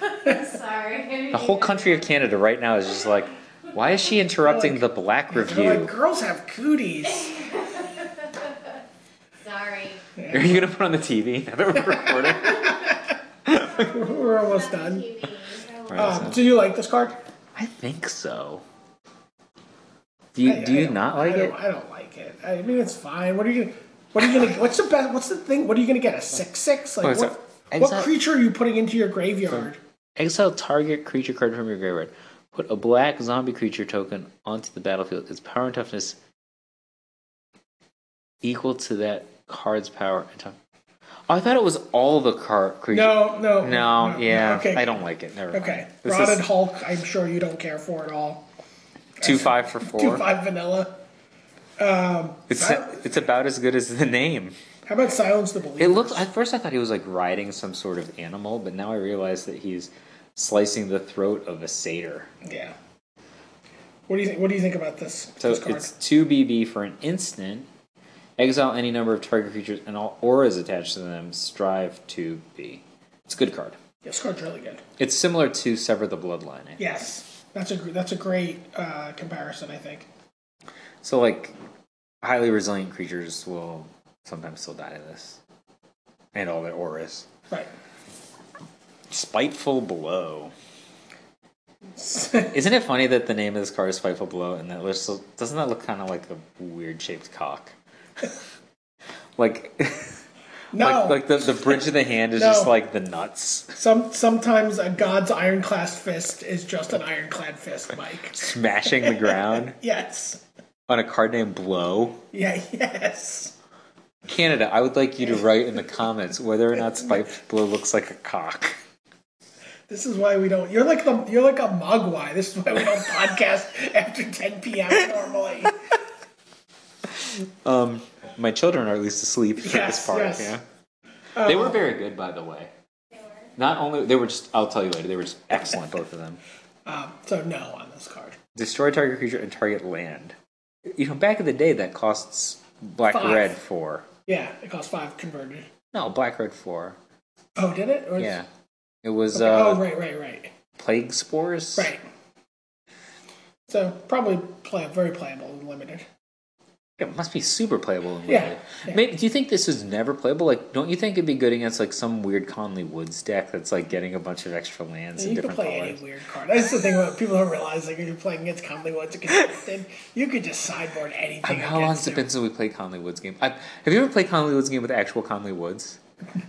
Speaker 4: sorry.
Speaker 2: The whole country of Canada right now is just like, why is she interrupting the Black
Speaker 3: They're like,
Speaker 2: Review?
Speaker 3: girls have cooties. <laughs>
Speaker 4: Sorry.
Speaker 2: <laughs> Are you gonna put on the TV now that we're recording?
Speaker 3: <laughs> Oh, we're almost done.
Speaker 4: TV.
Speaker 2: Right,
Speaker 3: Um,
Speaker 2: so-
Speaker 3: do you like this card?
Speaker 2: I think so. Do you
Speaker 3: I-
Speaker 2: do
Speaker 3: I
Speaker 2: you
Speaker 3: don't-
Speaker 2: not like
Speaker 3: I don't-
Speaker 2: it?
Speaker 3: I don't like it. I mean, it's fine. What are you? gonna- What are you gonna? What's the best? What's the thing? What are you gonna get? A six six? Like
Speaker 2: Oh, it's
Speaker 3: what?
Speaker 2: a-
Speaker 3: what
Speaker 2: it's a-
Speaker 3: creature are you putting into your graveyard?
Speaker 2: Exile target creature card from your graveyard. Put a black zombie creature token onto the battlefield. Its power and toughness equal to that card's power and toughness. Oh, I thought it was all the card creatures.
Speaker 3: No, no,
Speaker 2: No, yeah,
Speaker 3: Okay,
Speaker 2: I don't like it. Never
Speaker 3: Okay,
Speaker 2: mind. This
Speaker 3: rotted
Speaker 2: is
Speaker 3: Hulk. I'm sure you don't care for at all.
Speaker 2: two five for four.
Speaker 3: Two five vanilla.
Speaker 2: It's it's about as good as the name.
Speaker 3: How about silence the believers?
Speaker 2: It looks. At first, I thought he was like riding some sort of animal, but now I realize that he's slicing the throat of a satyr.
Speaker 3: Yeah. What do you think? What do you think about this?
Speaker 2: So
Speaker 3: this card?
Speaker 2: it's two BB for an instant. Exile any number of target creatures and all auras attached to them. Strive to be. It's a good card.
Speaker 3: this card's really good.
Speaker 2: It's similar to Sever the Bloodline. I think.
Speaker 3: Yes, that's a gr- that's a great uh, comparison. I think.
Speaker 2: So like, highly resilient creatures will sometimes still die to this, and all their auras.
Speaker 3: Right. <laughs>
Speaker 2: Spiteful Blow. Isn't it funny that the name of this card is Spiteful Blow, and that looks, doesn't that look kind of like a weird shaped cock? <laughs> like,
Speaker 3: no.
Speaker 2: like, like the, the bridge of the hand is
Speaker 3: No.
Speaker 2: just like the nuts
Speaker 3: Some sometimes a god's ironclad fist is just an ironclad fist, Mike.
Speaker 2: smashing the ground
Speaker 3: Yes.
Speaker 2: on a card named Blow.
Speaker 3: Yeah. Yes.
Speaker 2: Canada, I would like you to write in the comments whether or not Spiteful Blow looks like a cock.
Speaker 3: This is why we don't. You're like the you're like a mogwai. This is why we don't podcast <laughs> after 10 p.m. normally.
Speaker 2: Um, my children are at least asleep for
Speaker 3: Yes,
Speaker 2: this part.
Speaker 3: yes. Oh.
Speaker 2: Yeah, they were very good, by the way. Not only they were just, I'll tell you later, they were just excellent, both of them.
Speaker 3: Um, so no on this card.
Speaker 2: destroy target creature and target land. You know, back in the day, that costs black
Speaker 3: Five.
Speaker 2: red four.
Speaker 3: Yeah, it costs five converted.
Speaker 2: No, black red four.
Speaker 3: Oh, did it? Or
Speaker 2: Yeah, it was
Speaker 3: Okay,
Speaker 2: uh,
Speaker 3: oh, right, right, right,
Speaker 2: plague spores.
Speaker 3: right. So probably play very playable and limited.
Speaker 2: It must be super playable. In
Speaker 3: Yeah,
Speaker 2: limited.
Speaker 3: yeah.
Speaker 2: Maybe, do you think this is never playable? Like, don't you think it'd be good against like some weird Conley Woods deck that's like getting a bunch of extra lands in
Speaker 3: you could
Speaker 2: different
Speaker 3: play
Speaker 2: colors?
Speaker 3: any weird card. That's the thing about people don't realize like if you're playing against Conley Woods and Convicted, you could just sideboard
Speaker 2: I
Speaker 3: anything.
Speaker 2: mean, how long
Speaker 3: against
Speaker 2: has it been since we played Conley Woods game? I, have you ever played Conley Woods game with actual Conley Woods?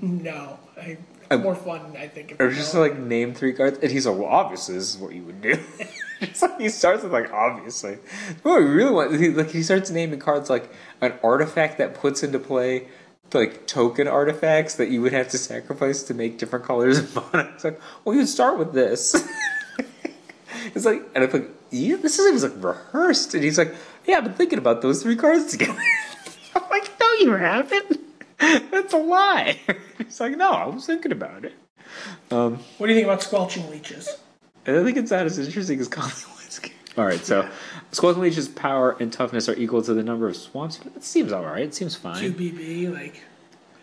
Speaker 3: him. No, I,
Speaker 2: I-
Speaker 3: more fun I think. If
Speaker 2: Or
Speaker 3: you
Speaker 2: just
Speaker 3: don't.
Speaker 2: like name three cards, and he's like, "Well, obviously, this is what you would do." <laughs> It's like he starts with like, "Obviously." What we really want, he, like, he starts naming cards like an artifact that puts into play like token artifacts that you would have to sacrifice to make different colors of mana. <laughs> It's like, well, you start with this. <laughs> it's like, and I'm like, yeah, this is was like rehearsed, and he's like, "Yeah, I've been thinking about those three cards together." <laughs> I'm like, "No, you haven't." <laughs> That's a lie. <laughs> He's like, "No, I was thinking about it." Um,
Speaker 3: what do you think about squelching leeches?
Speaker 2: and I think it's not as interesting as <laughs> Colin Whiskey. All right, so Squawk and Leech's power and toughness are equal to the number of swamps. That seems all right. It seems
Speaker 3: Two
Speaker 2: fine.
Speaker 3: BB like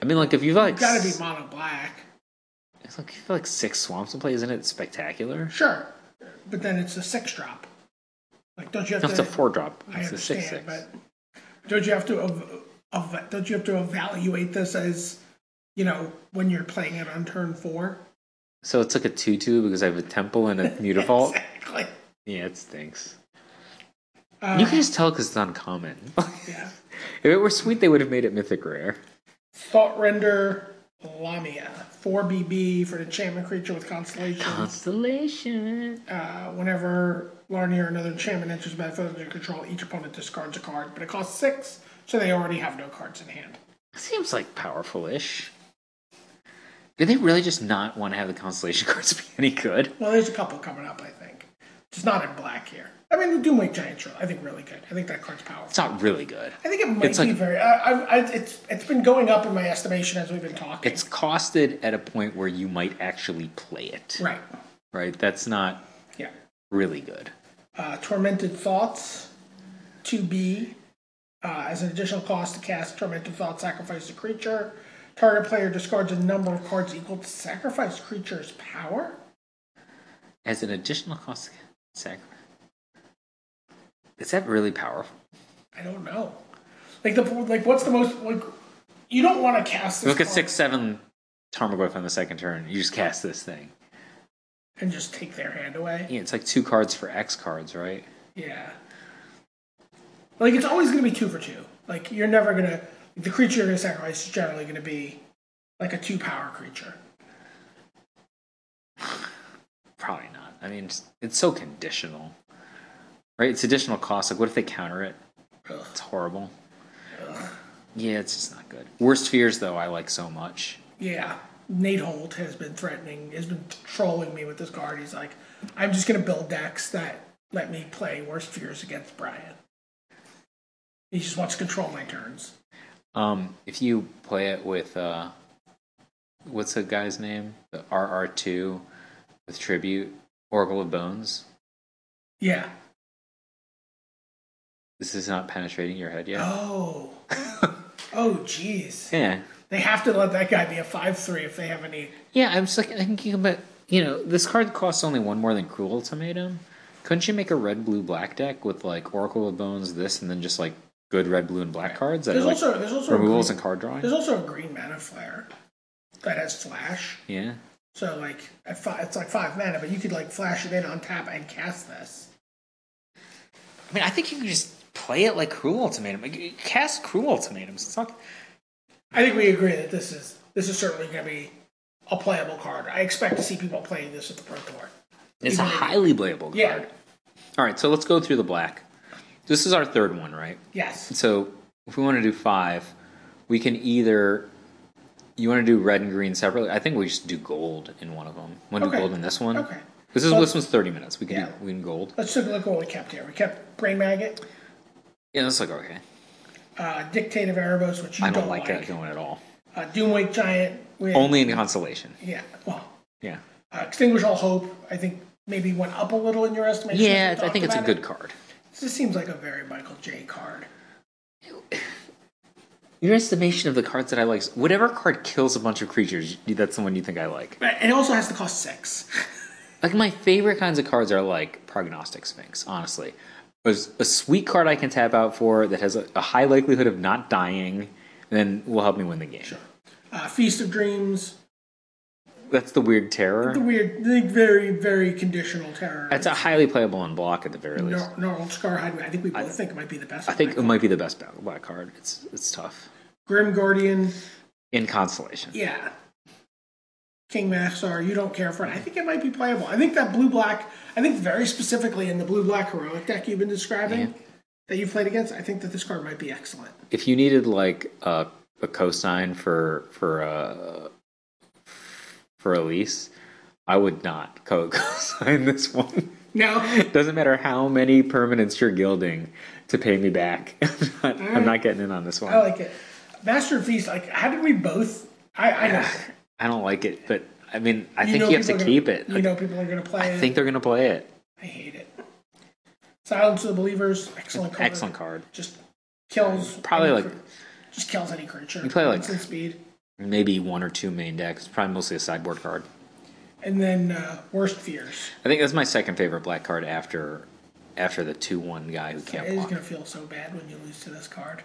Speaker 2: I mean, like if you've like
Speaker 3: gotta be
Speaker 2: s-
Speaker 3: mono black.
Speaker 2: it's like you have like six swamps in play, isn't it spectacular?
Speaker 3: Sure, but then it's a six drop. Like don't you have
Speaker 2: No, it's
Speaker 3: to?
Speaker 2: a four drop.
Speaker 3: I
Speaker 2: It's a
Speaker 3: understand,
Speaker 2: six six.
Speaker 3: but don't you have to ev- ev- don't you have to evaluate this as you know when you're playing it on turn four?
Speaker 2: So it's like a two two because I have a temple and
Speaker 3: <laughs>
Speaker 2: a new default.
Speaker 3: Exactly.
Speaker 2: yeah, it stinks.
Speaker 3: Uh,
Speaker 2: you can just tell because it's uncommon. <laughs> if
Speaker 3: yeah.
Speaker 2: it were sweet, they would have made it mythic rare.
Speaker 3: Thought Render Lamia. 4 BB for an enchantment creature with
Speaker 2: Uh-huh.
Speaker 3: constellations.
Speaker 2: Constellation.
Speaker 3: Uh, whenever Larnir or another enchantment enters the battlefield under your control, each opponent discards a card, but it costs 6, so they already have no cards in hand.
Speaker 2: Seems like powerful ish. Do they really just not want to have the constellation <laughs> cards be any good?
Speaker 3: Well, there's a couple coming up, I think. It's not in black here. I mean, the Doomwake Giant's, real- I think, really good. I think that card's powerful.
Speaker 2: It's not really good.
Speaker 3: I think it might
Speaker 2: It's
Speaker 3: be
Speaker 2: like-
Speaker 3: very. I, I, I, it's it's been going up in my estimation as we've been talking.
Speaker 2: It's costed at a point where you might actually play it.
Speaker 3: right.
Speaker 2: Right? That's not
Speaker 3: Yeah.
Speaker 2: really good.
Speaker 3: uh, Tormented Thoughts, 2B. Uh, as an additional cost to cast Tormented Thoughts, sacrifice a creature. Target player discards a number of cards equal to sacrifice creature's power.
Speaker 2: As an additional cost sacrifice. Is that really powerful?
Speaker 3: I don't know. Like the like, what's the most like? You don't want to cast this
Speaker 2: Look at
Speaker 3: card
Speaker 2: six seven Tarmogoyf on the second turn. You just cast this thing.
Speaker 3: and just take their hand away.
Speaker 2: Yeah, it's like two cards for X cards, right?
Speaker 3: Yeah. Like it's always going to be two for two. Like you're never gonna the creature you're gonna sacrifice is generally going to be like a two power creature.
Speaker 2: Probably not. I mean, it's, it's so conditional, right? It's additional cost. Like, what if they counter it?
Speaker 3: Ugh.
Speaker 2: It's horrible. Yeah, it's just not good. Worst fears, though, I like so much.
Speaker 3: Yeah. Nate Holt has been threatening, has been trolling me with this card. He's like, I'm just going to build decks that let me play Worst Fears against Brian. He just wants to control my turns.
Speaker 2: Um, if you play it with uh, what's the guy's name? The RR two, with tribute, Oracle of Bones.
Speaker 3: Yeah.
Speaker 2: This is not penetrating your head
Speaker 3: <gasps>
Speaker 2: yet. <laughs>
Speaker 3: Oh. oh, jeez.
Speaker 2: Yeah.
Speaker 3: They have to let that guy be a five three if they have any.
Speaker 2: Yeah, I'm just like thinking about you know this card costs only one more than Cruel Tomato. Couldn't you make a red blue black deck with like Oracle of Bones, this, and then just like good red blue and black cards that
Speaker 3: There's
Speaker 2: are like
Speaker 3: also there's also a
Speaker 2: removals
Speaker 3: green,
Speaker 2: and card drawing?
Speaker 3: there's also a green mana flare that has flash.
Speaker 2: Yeah,
Speaker 3: So like at five, it's like five mana, but you could like flash it in on tap and cast this.
Speaker 2: I mean I think you can just play it like Cruel Ultimatum. Like, cast Cruel Ultimatums. It's not.
Speaker 3: I think we agree that this is this is certainly going to be a playable card. I expect to see people playing this at the front door.
Speaker 2: It's a highly playable card.
Speaker 3: Yeah.
Speaker 2: All right, so let's go through the black. This is our third one, right?
Speaker 3: Yes.
Speaker 2: So if we want to do five, we can either you want to do red and green separately. I think we just do gold in one of them. Want to
Speaker 3: Okay.
Speaker 2: do gold in this one?
Speaker 3: Okay.
Speaker 2: This is
Speaker 3: Well-
Speaker 2: this one's thirty minutes. We can
Speaker 3: Yeah.
Speaker 2: do we can gold.
Speaker 3: Let's take a look at what we kept here. We kept Brain Maggot,
Speaker 2: Yeah, that's like okay.
Speaker 3: uh, Dictate of Erebos, which you
Speaker 2: I don't, like, that going at all.
Speaker 3: Uh, Doomwake Giant. With,
Speaker 2: Only in consolation.
Speaker 3: Yeah. Well,
Speaker 2: Yeah.
Speaker 3: uh, Extinguish All Hope. I think maybe went up a little in your estimation.
Speaker 2: Yeah,
Speaker 3: as we
Speaker 2: I think
Speaker 3: talked
Speaker 2: it's a
Speaker 3: about
Speaker 2: good
Speaker 3: it.
Speaker 2: card.
Speaker 3: This seems like a very Michael J. card.
Speaker 2: Your estimation of the cards that I like, whatever card kills a bunch of creatures, you- that's the one you think I like.
Speaker 3: But it also has to cost six. <laughs>
Speaker 2: Like my favorite kinds of cards are like prognostic sphinx, honestly. There's a sweet card I can tap out for that has a, a high likelihood of not dying, and then will help me win the game.
Speaker 3: Uh, Feast of Dreams.
Speaker 2: That's the weird terror.
Speaker 3: The weird, the very, very conditional terror.
Speaker 2: That's a highly playable on block at the very least.
Speaker 3: Nor- Gnarled Scarhide. I think we both think it might be the best.
Speaker 2: I
Speaker 3: one.
Speaker 2: think it might be the best battle black card. It's it's tough.
Speaker 3: Grim Guardian.
Speaker 2: In constellation.
Speaker 3: Yeah. King Maxar, you don't care for it. I think it might be playable. I think that blue black, I think very specifically in the blue black heroic deck you've been describing
Speaker 2: Yeah.
Speaker 3: that you played against, I think that this card might be excellent.
Speaker 2: If you needed like a a cosign for for uh for a lease, I would not co cosign <laughs> this one.
Speaker 3: No, <laughs>
Speaker 2: Doesn't matter how many permanents you're guilding to pay me back. <laughs> I'm not, I'm not getting in on this one.
Speaker 3: Mm. I like it. Master of Feast, like, how did we both? I, I know.
Speaker 2: I don't like it, but I mean, <sighs> I think
Speaker 3: know
Speaker 2: you have to
Speaker 3: people are
Speaker 2: keep
Speaker 3: gonna,
Speaker 2: it.
Speaker 3: You
Speaker 2: Like,
Speaker 3: know, people are going to play
Speaker 2: I
Speaker 3: it.
Speaker 2: think they're going to play it.
Speaker 3: I hate it. Silence of the Believers, excellent card.
Speaker 2: Excellent card.
Speaker 3: Just kills.
Speaker 2: Probably
Speaker 3: any
Speaker 2: like
Speaker 3: cr- Just kills any creature.
Speaker 2: You play like-
Speaker 3: Instant speed.
Speaker 2: maybe one or two main decks, probably mostly a sideboard card.
Speaker 3: And then uh, Worst Fears.
Speaker 2: I think that's my second favorite black card after after the 2 1 guy who
Speaker 3: It
Speaker 2: can't
Speaker 3: is
Speaker 2: block.
Speaker 3: going to feel so bad when you lose to this card.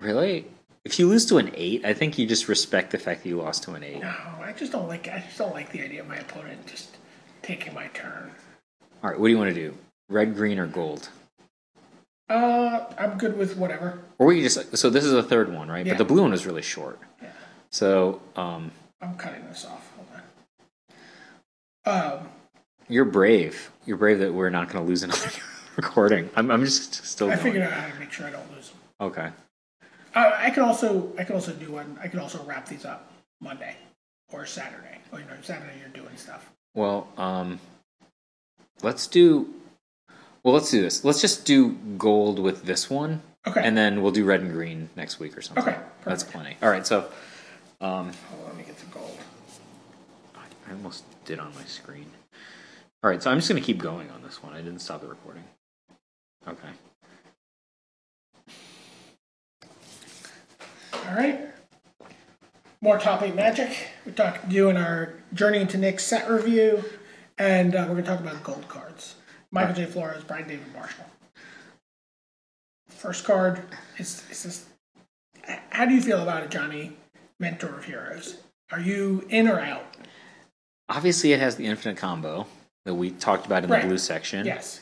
Speaker 2: Really? If you lose to an 8, I think you just respect the fact that you lost to an 8.
Speaker 3: No, I just don't like. I just don't like the idea of my opponent just taking my turn.
Speaker 2: All right, what do you want to do? Red, green, or gold?
Speaker 3: Uh, I'm good with whatever.
Speaker 2: Or you just so this is the third one, right?
Speaker 3: Yeah.
Speaker 2: But the blue one is really short.
Speaker 3: Yeah.
Speaker 2: So um,
Speaker 3: I'm cutting this off. Hold on. Um,
Speaker 2: you're brave. You're brave that we're not going to lose another <laughs> recording. I'm, I'm just still.
Speaker 3: I
Speaker 2: Going.
Speaker 3: figured out how to make sure I don't lose them.
Speaker 2: Okay.
Speaker 3: I, I could also, I could also do one. I could also wrap these up Monday or Saturday. Oh, you know, Saturday you're doing stuff.
Speaker 2: Well, um, let's do. Well, let's do this. Let's just do gold with this one,
Speaker 3: Okay.
Speaker 2: and then we'll do red and green next week or something.
Speaker 3: Okay,
Speaker 2: That's
Speaker 3: perfect.
Speaker 2: plenty. All right. So, um,
Speaker 3: Hold on, let me get the gold.
Speaker 2: I almost did on my screen. All right, so I'm just going to keep going on this one. I didn't stop the recording. Okay.
Speaker 3: All right. More top eight magic. We're talk, doing our Journey into Nick's set review, and uh, we're going to talk about gold cards. Michael J. Flores, Brian David Marshall. First card is, is this. h- How do you feel about it, Johnny? Mentor of Heroes. Are you in or out?
Speaker 2: Obviously, it has the infinite combo that we talked about in
Speaker 3: Right.
Speaker 2: the blue section.
Speaker 3: Yes.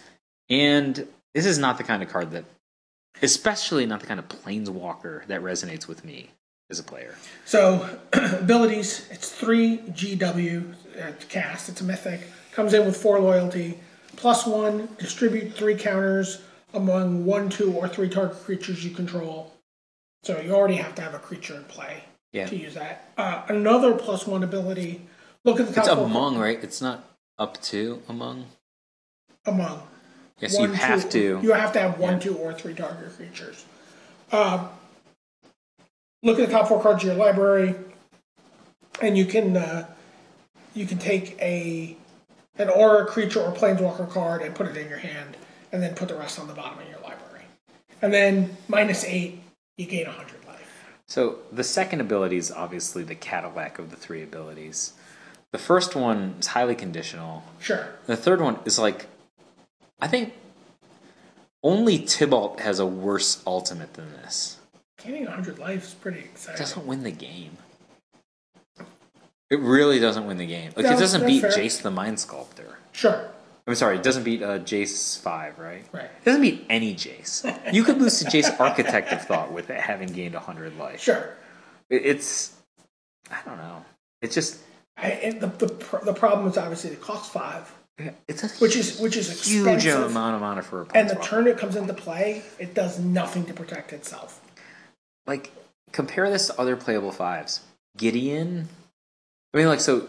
Speaker 2: And this is not the kind of card that, especially not the kind of planeswalker that resonates with me as a player.
Speaker 3: So, <clears throat> abilities it's 3 GW uh, to cast, it's a mythic. Comes in with 4 loyalty, plus 1, distribute 3 counters among 1, 2, or 3 target creatures you control. So, you already have to have a creature in play
Speaker 2: Yeah.
Speaker 3: to use that. Uh, another plus 1 ability look at the top
Speaker 2: It's
Speaker 3: four-
Speaker 2: among, right? It's not up to among.
Speaker 3: Among.
Speaker 2: Yes, you
Speaker 3: One,
Speaker 2: have
Speaker 3: two-
Speaker 2: to.
Speaker 3: You have to have one, two, or three target creatures. Um, look at the top four cards of your library, and you can uh, you can take a an aura creature or planeswalker card and put it in your hand, and then put the rest on the bottom of your library. And then minus eight, you gain hundred life.
Speaker 2: So the second ability is obviously the Cadillac of the three abilities. The first one is highly conditional.
Speaker 3: Sure.
Speaker 2: The third one is like, I think only Tybalt has a worse ultimate than this.
Speaker 3: Gaining hundred life is pretty
Speaker 2: It
Speaker 3: exciting.
Speaker 2: doesn't win the game. It really doesn't win the game. Like
Speaker 3: No,
Speaker 2: it doesn't
Speaker 3: that's
Speaker 2: beat
Speaker 3: fair.
Speaker 2: Jace the Mind Sculptor.
Speaker 3: Sure.
Speaker 2: I'm sorry, it doesn't beat uh, Jace five, right?
Speaker 3: Right.
Speaker 2: It doesn't beat any Jace.
Speaker 3: <laughs>
Speaker 2: You could lose to Jace Architect of Thought with it having gained hundred life.
Speaker 3: Sure.
Speaker 2: It- It's, I don't know. It's just
Speaker 3: I, and the, the pr- the problem is obviously it costs five,
Speaker 2: it's a
Speaker 3: which is which is
Speaker 2: huge
Speaker 3: expensive.
Speaker 2: amount of mana for a
Speaker 3: And the
Speaker 2: planeswalker.
Speaker 3: turn it comes into play, it does nothing to protect itself.
Speaker 2: like compare this to other playable fives. Gideon, I mean, like so,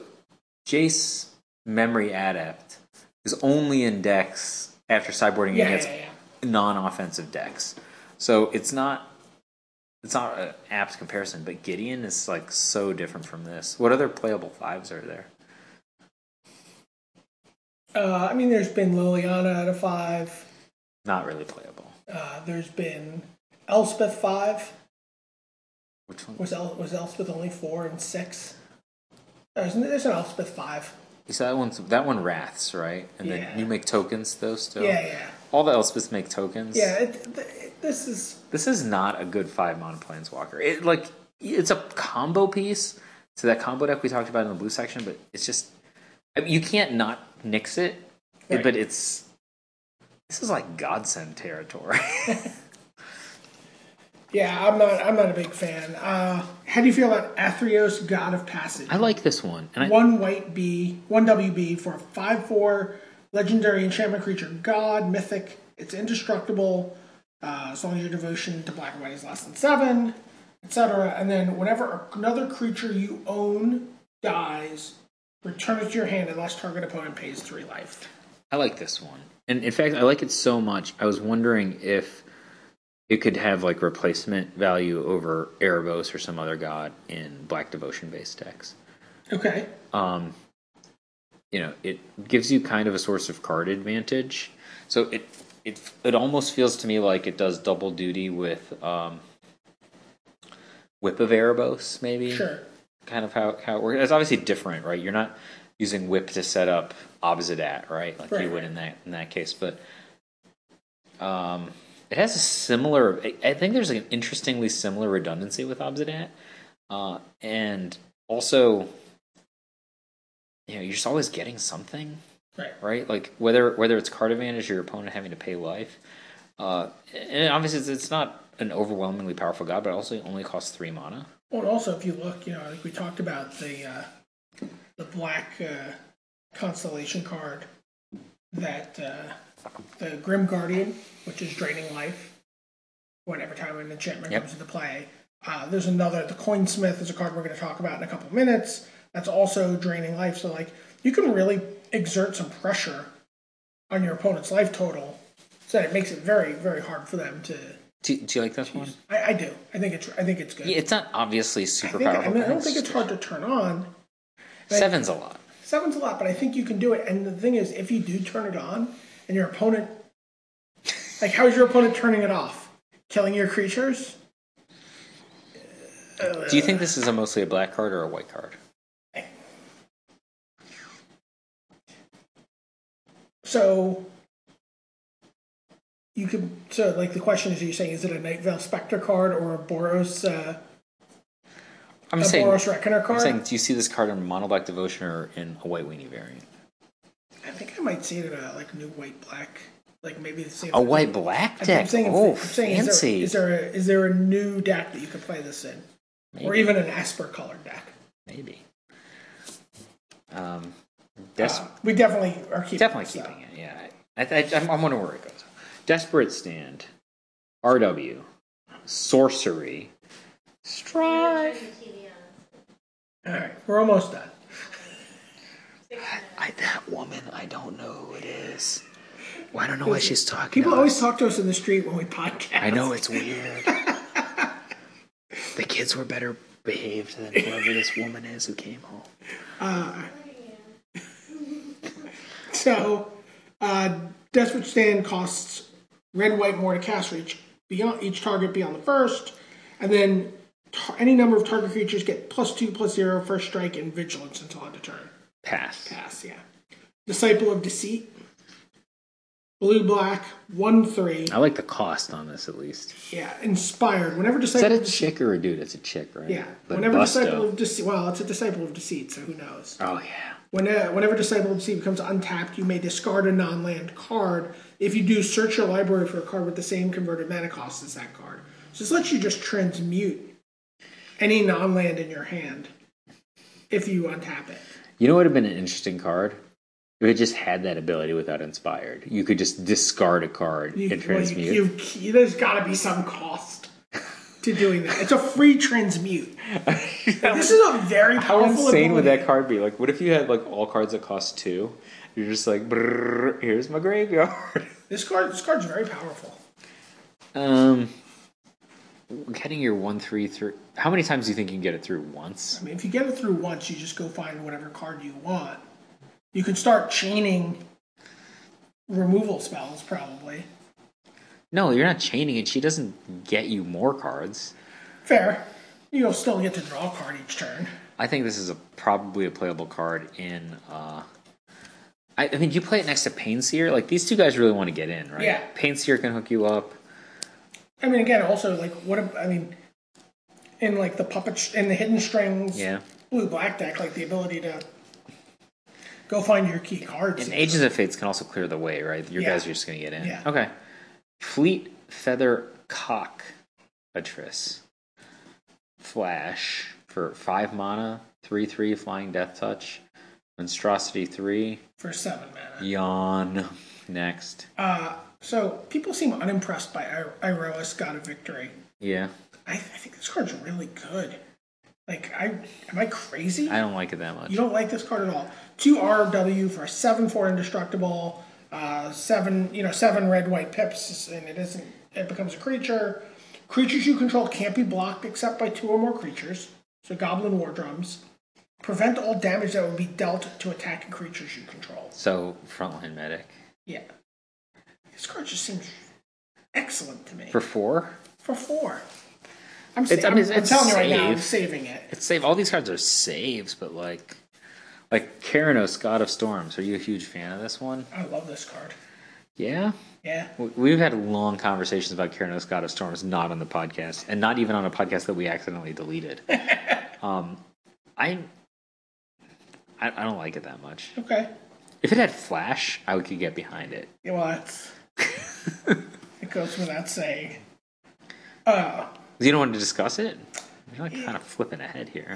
Speaker 2: Jace Memory Adept is only in decks after sideboarding
Speaker 3: Yeah, yeah,
Speaker 2: against
Speaker 3: yeah, yeah.
Speaker 2: non-offensive decks, so it's not it's not an apt comparison. But Gideon is like so different from this. What other playable fives are there?
Speaker 3: Uh, I mean, there's been Liliana at a five.
Speaker 2: Not really playable.
Speaker 3: Uh, there's been Elspeth five.
Speaker 2: Which one?
Speaker 3: Was El- was Elspeth only four and six? There's an, there's an Elspeth five.
Speaker 2: You said that one's that one wraths right, and
Speaker 3: Yeah.
Speaker 2: then you make tokens though. Still,
Speaker 3: Yeah, yeah,
Speaker 2: all the Elspeths make tokens.
Speaker 3: yeah. It, th- it, this is
Speaker 2: this is not a good five mono planeswalker. It like it's a combo piece to that combo deck we talked about in the blue section, but it's just I mean, you can't not nix it.
Speaker 3: Right.
Speaker 2: But it's this is like godsend territory. <laughs>
Speaker 3: yeah. I'm not I'm not a big fan. Uh, how do you feel about Athreos, God of Passage?
Speaker 2: I like this one, and I,
Speaker 3: one white B, one WB for a 5 4 legendary enchantment creature, god, mythic. It's indestructible uh, as long as your devotion to black and white is less than 7, etc. And then whenever another creature you own dies, return it to your hand unless target opponent pays 3 life.
Speaker 2: I like this one, and in fact, I like it so much. I was wondering if it could have like replacement value over Erebos or some other god in Black Devotion based decks.
Speaker 3: Okay.
Speaker 2: um, you know, it gives you kind of a source of card advantage. So it it it almost feels to me like it does double duty with um, Whip of Erebos, maybe.
Speaker 3: Sure.
Speaker 2: Kind of how how it works. It's obviously different, right? You're not using Whip to set up opposite at, right? Like
Speaker 3: Right,
Speaker 2: you would
Speaker 3: right.
Speaker 2: in that in that case, but. Um, it has a similar. I- I think there's like an interestingly similar redundancy with Obsidat, uh, and also you know you're just always getting something
Speaker 3: Right.
Speaker 2: right like whether whether it's card advantage or your opponent having to pay life uh and obviously it's, it's not an overwhelmingly powerful god but it also only costs three mana
Speaker 3: Well, and also, if you look, you know, like we talked about the uh, the black uh, constellation card that uh, the Grim Guardian, which is draining life whenever time an enchantment
Speaker 2: Yep.
Speaker 3: comes into play. Uh, there's another, the Coinsmith is a card we're going to talk about in a couple minutes. That's also draining life. So, like, you can really exert some pressure on your opponent's life total, so that it makes it very, very hard for them to.
Speaker 2: do, do you like this one
Speaker 3: I, I do. I think it's. I think it's good.
Speaker 2: yeah, it's not obviously super
Speaker 3: I think, I,
Speaker 2: powerful
Speaker 3: mean, I
Speaker 2: but
Speaker 3: don't think it's hard to turn on.
Speaker 2: seven's a lot
Speaker 3: Seven's a lot, but I think you can do it. And the thing is, if you do turn it on, and your opponent, like, how is your opponent turning it off? Killing your creatures?
Speaker 2: do you think this is a mostly a black card or a white card
Speaker 3: So you could. So, like, the question is, are you saying is it a Night Vale Spectre card or a Boros, uh,
Speaker 2: i'm
Speaker 3: a
Speaker 2: saying
Speaker 3: Boros Reckoner
Speaker 2: i'm
Speaker 3: card?
Speaker 2: saying do you see this card in mono black devotion or in a white weenie variant
Speaker 3: I think I might see it in a like new white black, like maybe the same.
Speaker 2: a white black
Speaker 3: I'm
Speaker 2: deck
Speaker 3: saying-
Speaker 2: oh
Speaker 3: I'm saying, is there-
Speaker 2: fancy
Speaker 3: Is there, a, is there a new deck that you could play this in? Or
Speaker 2: Maybe.
Speaker 3: even an Esper colored deck?
Speaker 2: Maybe. Um, des-
Speaker 3: Uh, we definitely are keeping
Speaker 2: definitely
Speaker 3: this, though.
Speaker 2: keeping it. Yeah, I, I, I'm, I'm wondering where it goes. Desperate stand, RW, sorcery, strive.
Speaker 4: TV on.
Speaker 3: All right, we're almost done.
Speaker 2: I, that woman, I don't know who it is. Well, I don't know why she's talking.
Speaker 3: People
Speaker 2: to
Speaker 3: always
Speaker 2: us.
Speaker 3: talk to us in the street when we podcast.
Speaker 2: I know it's weird. the kids were better behaved than whoever this woman is who came home.
Speaker 3: Uh, <laughs> So, uh, Desperate Stand costs red, white, more to cast reach beyond each target beyond the first, and then tar- any number of target creatures get plus two, plus zero, first strike, and vigilance until end of turn.
Speaker 2: Pass.
Speaker 3: Pass, yeah. Disciple of Deceit. Blue, black, one, three.
Speaker 2: I like the cost on this at least.
Speaker 3: Yeah, inspired. Whenever
Speaker 2: Is
Speaker 3: Disciple
Speaker 2: that a
Speaker 3: of Deceit-
Speaker 2: chick or a dude? It's a chick, right?
Speaker 3: Yeah.
Speaker 2: But
Speaker 3: whenever
Speaker 2: Busto.
Speaker 3: Disciple of Deceit. Well, it's a Disciple of Deceit, so who knows?
Speaker 2: Oh yeah.
Speaker 3: When, uh, whenever Disciple of Deceit becomes untapped, you may discard a non land card. If you do, search your library for a card with the same converted mana cost as that card. So this lets you just transmute any non land in your hand if you untap it.
Speaker 2: You know what would have been an interesting card? If it just had that ability without inspired. You could just discard a card
Speaker 3: You,
Speaker 2: and
Speaker 3: well, you-
Speaker 2: transmute.
Speaker 3: you- there's got to be some cost to doing that. It's a free transmute. this is a very
Speaker 2: How
Speaker 3: powerful
Speaker 2: insane would
Speaker 3: ability.
Speaker 2: that card be? Like, what if you had like all cards that cost two? You're just like, "Brrr, here's my graveyard.
Speaker 3: This card, this card's very powerful.
Speaker 2: Um, getting your one three three. How many times do you think you can get it through once?
Speaker 3: I mean, if you get it through once, you just go find whatever card you want. You can start chaining removal spells, probably.
Speaker 2: No, you're not chaining, and she doesn't get you more cards.
Speaker 3: Fair. You'll still get to draw a card each turn.
Speaker 2: I think this is a probably a playable card in. uh I, I mean, do you play it next to Painseer? Like these two guys really want to get in, right?
Speaker 3: Yeah.
Speaker 2: Painseer can hook you up.
Speaker 3: I mean, again, also like what ab- I mean, in like the puppet sh- in the hidden strings,
Speaker 2: Yeah.
Speaker 3: blue black deck, like the ability to go find your key cards.
Speaker 2: And Agents of Fates can also clear the way, right? Your
Speaker 3: Yeah.
Speaker 2: guys are just going to get in.
Speaker 3: Yeah.
Speaker 2: Okay. Fleet Feather Cock Atriss. Flash for 5 mana, 3 3 Flying Death Touch. Monstrosity 3.
Speaker 3: for seven mana.
Speaker 2: Yawn. Next.
Speaker 3: Uh, so people seem unimpressed by I- Iroas God of Victory.
Speaker 2: Yeah.
Speaker 3: I, I think this card's really good. Like, I am I crazy?
Speaker 2: I don't like it that much.
Speaker 3: You don't like this card at all. Two RW for a seven four indestructible, uh, seven you know seven red white pips, and it isn't. It becomes a creature. Creatures you control can't be blocked except by two or more creatures. So goblin war drums prevent all damage that would be dealt to attacking creatures you control.
Speaker 2: So, Frontline Medic.
Speaker 3: Yeah, this card just seems excellent to me
Speaker 2: For 4?
Speaker 3: for four. I'm, sa-
Speaker 2: It's- I mean,
Speaker 3: I'm,
Speaker 2: it's-
Speaker 3: I'm
Speaker 2: it's
Speaker 3: telling you right now, I'm
Speaker 2: save.
Speaker 3: saving it.
Speaker 2: It's save. All these cards are saves, but like. Like Karanos, God of Storms. Are you a huge fan of this one?
Speaker 3: I love this card.
Speaker 2: Yeah.
Speaker 3: Yeah.
Speaker 2: We- We've had long conversations about Keranos God of Storms, not on the podcast, and not even on a podcast that we accidentally deleted. um, I, I I don't like it that much.
Speaker 3: Okay.
Speaker 2: If it had Flash, I could get behind it.
Speaker 3: Yeah, well, that's, it goes without saying. Uh,
Speaker 2: You don't want to discuss it. You're like kind of flipping ahead here.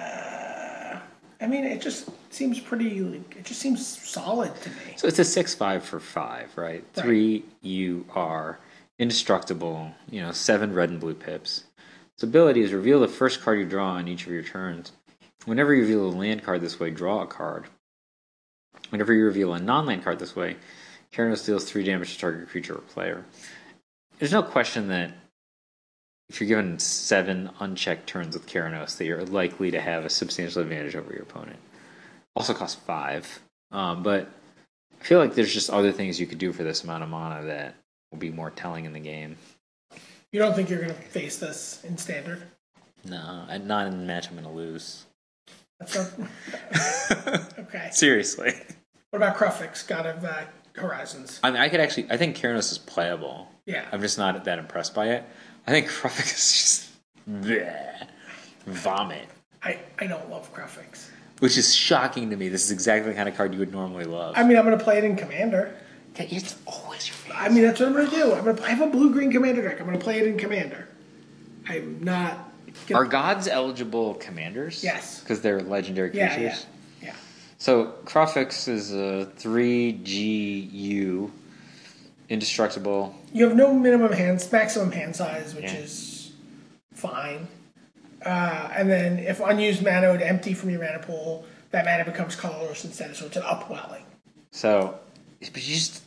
Speaker 3: yeah. I mean, it just seems pretty. Like, it just seems solid to me.
Speaker 2: So it's a six five for five, right? Three you are indestructible, you know, seven red and blue pips. Its ability is reveal the first card you draw on each of your turns. Whenever you reveal a land card this way, draw a card. Whenever you reveal a non land card this way, Keranos deals three damage to target creature or player. There's no question that if you're given seven unchecked turns with Keranos, that you're likely to have a substantial advantage over your opponent. Also costs five. Um, but I feel like there's just other things you could do for this amount of mana that will be more telling in the game.
Speaker 3: You don't think you're going to face this in standard?
Speaker 2: No, I- not in the match I'm going to lose.
Speaker 3: That's not, okay.
Speaker 2: Seriously.
Speaker 3: What about Crufix, God of uh, Horizons?
Speaker 2: <laughs> I mean, I could actually. I think Keranos is playable.
Speaker 3: Yeah.
Speaker 2: I'm just not that impressed by it. I think Kruffik is just. bleh, vomit.
Speaker 3: I, I don't love Crufix.
Speaker 2: Which is shocking to me. This is exactly the kind of card you would normally love.
Speaker 3: I mean, I'm going to play it in Commander.
Speaker 2: it's always your favorite.
Speaker 3: I mean, that's what I'm going to do. I'm going to. I have a blue green Commander deck. I'm going to play it in Commander. I'm not.
Speaker 2: Are gods eligible commanders?
Speaker 3: Yes.
Speaker 2: Because they're legendary
Speaker 3: Yeah,
Speaker 2: creatures?
Speaker 3: yeah, yeah.
Speaker 2: So Crofix is a three G U, indestructible.
Speaker 3: You have no minimum hand, maximum hand size, which
Speaker 2: Yeah.
Speaker 3: is fine. Uh, and then if unused mana would empty from your mana pool, that mana becomes colorless instead, so it's an upwelling.
Speaker 2: So, but you just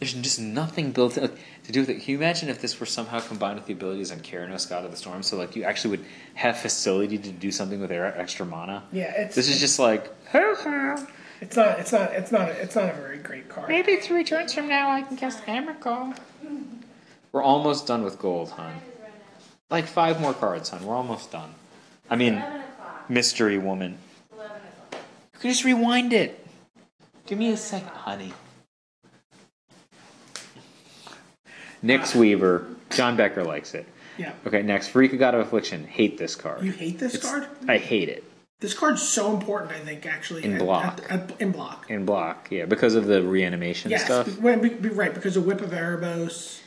Speaker 2: there's just nothing built in, like, to do with it. Can you imagine if this were somehow combined with the abilities on Keranos, God of the Storm? So like you actually would have facility to do something with their extra mana.
Speaker 3: Yeah, it's
Speaker 2: This is just like, hoo-hoo.
Speaker 3: It's not. It's not. It's not. A, it's not a very great card.
Speaker 5: Maybe three turns from now I can cast Hammer Call.
Speaker 2: We're almost done with gold, hon. Like five more cards, hon. We're almost done. I mean,
Speaker 4: Eleven o'clock.
Speaker 2: mystery woman.
Speaker 4: Eleven o'clock.
Speaker 2: You could just rewind it. Give me a second, honey. Nix Weaver. John Becker likes it.
Speaker 3: Yeah.
Speaker 2: Okay, next. Freaka God of Affliction. Hate this card.
Speaker 3: You hate this
Speaker 2: It's-
Speaker 3: card.
Speaker 2: I hate it.
Speaker 3: This card's so important. I think actually
Speaker 2: In
Speaker 3: at-
Speaker 2: block.
Speaker 3: at- at- in block.
Speaker 2: In block, yeah, because of the reanimation
Speaker 3: Yes,
Speaker 2: stuff.
Speaker 3: when- be- be- right because of Whip of Erebos,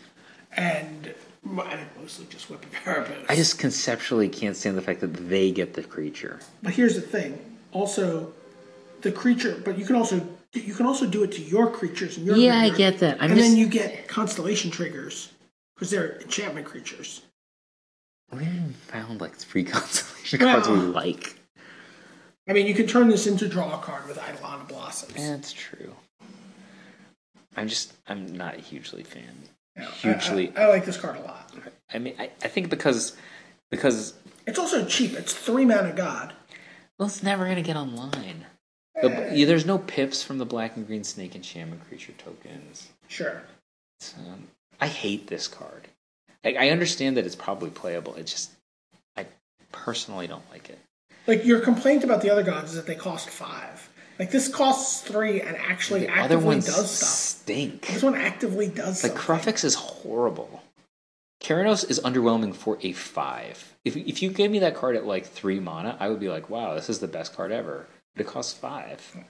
Speaker 3: and mo- I mean, mostly just Whip of Erebos.
Speaker 2: I just conceptually can't stand the fact that they get the creature.
Speaker 3: But here's the thing. Also, the creature. But you can also you can also do it to your creatures. And your
Speaker 2: Yeah, I
Speaker 3: graveyard.
Speaker 2: get that. I'm
Speaker 3: and
Speaker 2: just-
Speaker 3: then you get constellation triggers because they're enchantment creatures.
Speaker 2: We haven't found like three <laughs> constellation cards we
Speaker 3: Well.
Speaker 2: like.
Speaker 3: I mean, you can turn this into draw a card with Eidolon Blossoms.
Speaker 2: That's true. I'm just I'm not a hugely fan.
Speaker 3: Yeah, I-
Speaker 2: Hugely.
Speaker 3: I, I like this card a lot.
Speaker 2: I mean, I, I think because because
Speaker 3: It's also cheap. It's three mana god.
Speaker 2: well, it's never gonna get online. The, yeah, there's no pips from the black and green snake and shaman creature tokens.
Speaker 3: Sure.
Speaker 2: It's, um, I hate this card. I, I understand that it's probably playable. It just I personally don't like it.
Speaker 3: Like your complaint about the other gods is that they cost five. Like this costs three and actually
Speaker 2: The other
Speaker 3: actively
Speaker 2: ones
Speaker 3: does stuff.
Speaker 2: stink.
Speaker 3: This one actively does
Speaker 2: Like
Speaker 3: something.
Speaker 2: Crufix is horrible. Keranos is underwhelming for a five. If if you gave me that card at like three mana, I would be like, wow, this is the best card ever. But it costs five.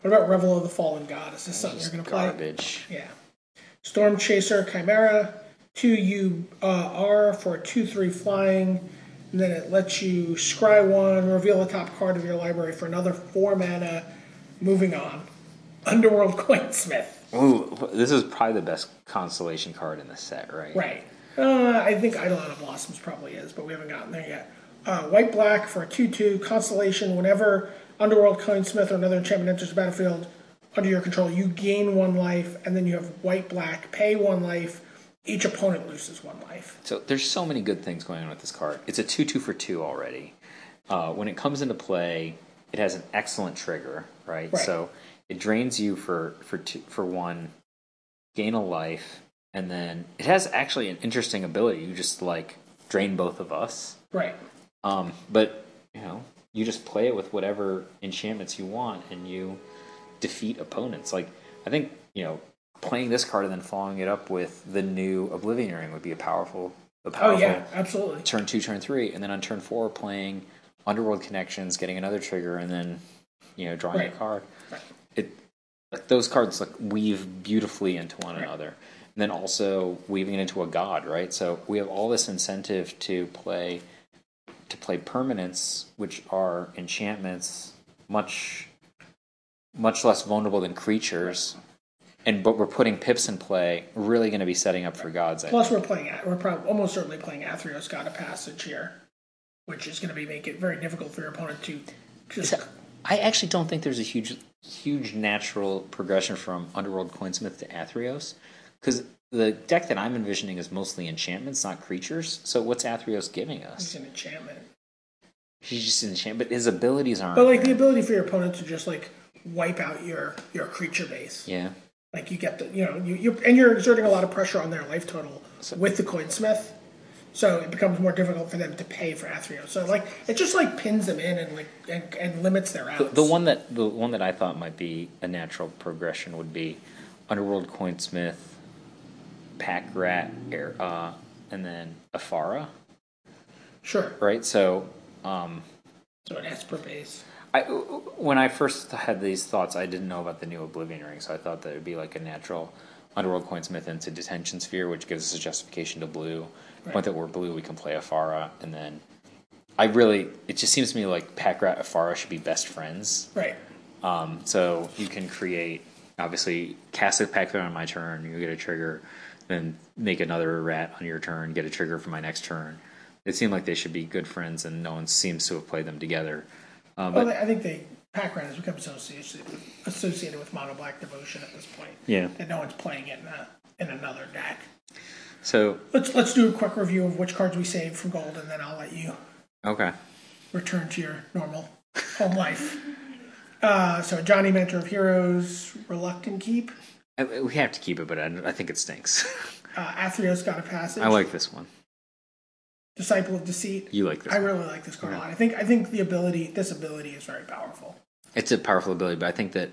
Speaker 3: What about Revel of the Fallen God? Is this something you're
Speaker 2: Just
Speaker 3: going to play?
Speaker 2: garbage.
Speaker 3: Yeah. Storm Chaser Chimera, two U uh, R for two three flying, and then it lets you scry one, reveal the top card of your library for another four mana. Moving on, Underworld <laughs> Coinsmith.
Speaker 2: Ooh, this is probably the best constellation card in the set, right?
Speaker 3: Right. Uh, I think Eidolon of Blossoms probably is, but we haven't gotten there yet. Uh, white black for a 2 2 constellation. Whenever Underworld Coinsmith or another enchantment enters the battlefield under your control, you gain one life, and then you have white black pay one life. Each opponent loses one life.
Speaker 2: So there's so many good things going on with this card. It's a two-two for two already. Uh, when it comes into play, it has an excellent trigger, right?
Speaker 3: Right.
Speaker 2: So it drains you for for two, for one, gain a life, and then it has actually an interesting ability. You just like drain both of us,
Speaker 3: Right.
Speaker 2: um, but you know you just play it with whatever enchantments you want, and you defeat opponents. Like I think you know playing this card and then following it up with the new Oblivion Ring would be a powerful. A
Speaker 3: Oh,
Speaker 2: powerful
Speaker 3: yeah, absolutely.
Speaker 2: turn two, turn three, and then on turn four, playing Underworld Connections, getting another trigger, and then you know drawing a
Speaker 3: Right.
Speaker 2: card. It like those cards like weave beautifully into one another, and then also weaving it into a god, right? So we have all this incentive to play to play permanents, which are enchantments, much much less vulnerable than creatures. And but we're putting pips in play, really going to be setting up for gods. I
Speaker 3: Plus, we're playing, we're probably almost certainly playing Athreos God of Passage here, which is going to be make it very difficult for your opponent to just.
Speaker 2: Except- I actually don't think there's a huge, huge natural progression from Underworld Coinsmith to Athreos, because the deck that I'm envisioning is mostly enchantments, not creatures. So what's Athreos giving
Speaker 3: It's
Speaker 2: us?
Speaker 3: an enchantment.
Speaker 2: He's just an enchant, but his abilities aren't.
Speaker 3: But like the ability for your opponent to just like wipe out your your creature base,
Speaker 2: yeah,
Speaker 3: like you get the you know you you're, and you're exerting a lot of pressure on their life total with the coinsmith, so it becomes more difficult for them to pay for Athreos. So like it just like pins them in and like and, and limits their
Speaker 2: the,
Speaker 3: outs.
Speaker 2: the one that the one that I thought might be a natural progression would be Underworld Coinsmith, Pack Rat, Air, uh, and then Afara,
Speaker 3: sure,
Speaker 2: right? So. Um,
Speaker 3: so an esper base.
Speaker 2: I, when I first had these thoughts, I didn't know about the new Oblivion Ring, so I thought that it would be like a natural Underworld Coinsmith into Detention Sphere, which gives us a justification to blue. Right. Once that we're blue, we can play Afara, and then I really, it just seems to me like Packrat Afara should be best friends.
Speaker 3: Right.
Speaker 2: Um, so you can create, obviously, cast a Packrat on my turn, you get a trigger, then make another rat on your turn, get a trigger for my next turn. It seemed like they should be good friends, and no one seems to have played them together. Um,
Speaker 3: Well, I think they pack rat has become so associated associated with mono black devotion at this point.
Speaker 2: Yeah.
Speaker 3: That no one's playing it in, a, in another deck.
Speaker 2: So
Speaker 3: Let's let's do a quick review of which cards we saved from gold, and then I'll let you
Speaker 2: okay,
Speaker 3: return to your normal home life. <laughs> Uh, so Johnny, Mentor of Heroes, Reluctant Keep.
Speaker 2: I- We have to keep it, but I, I think it stinks. <laughs>
Speaker 3: Uh, Athreos, God of Passage.
Speaker 2: I like this one.
Speaker 3: Disciple of Deceit.
Speaker 2: You like this
Speaker 3: I
Speaker 2: one.
Speaker 3: really like this card a lot. I think I think the ability, this ability, is very powerful.
Speaker 2: It's a powerful ability, but I think that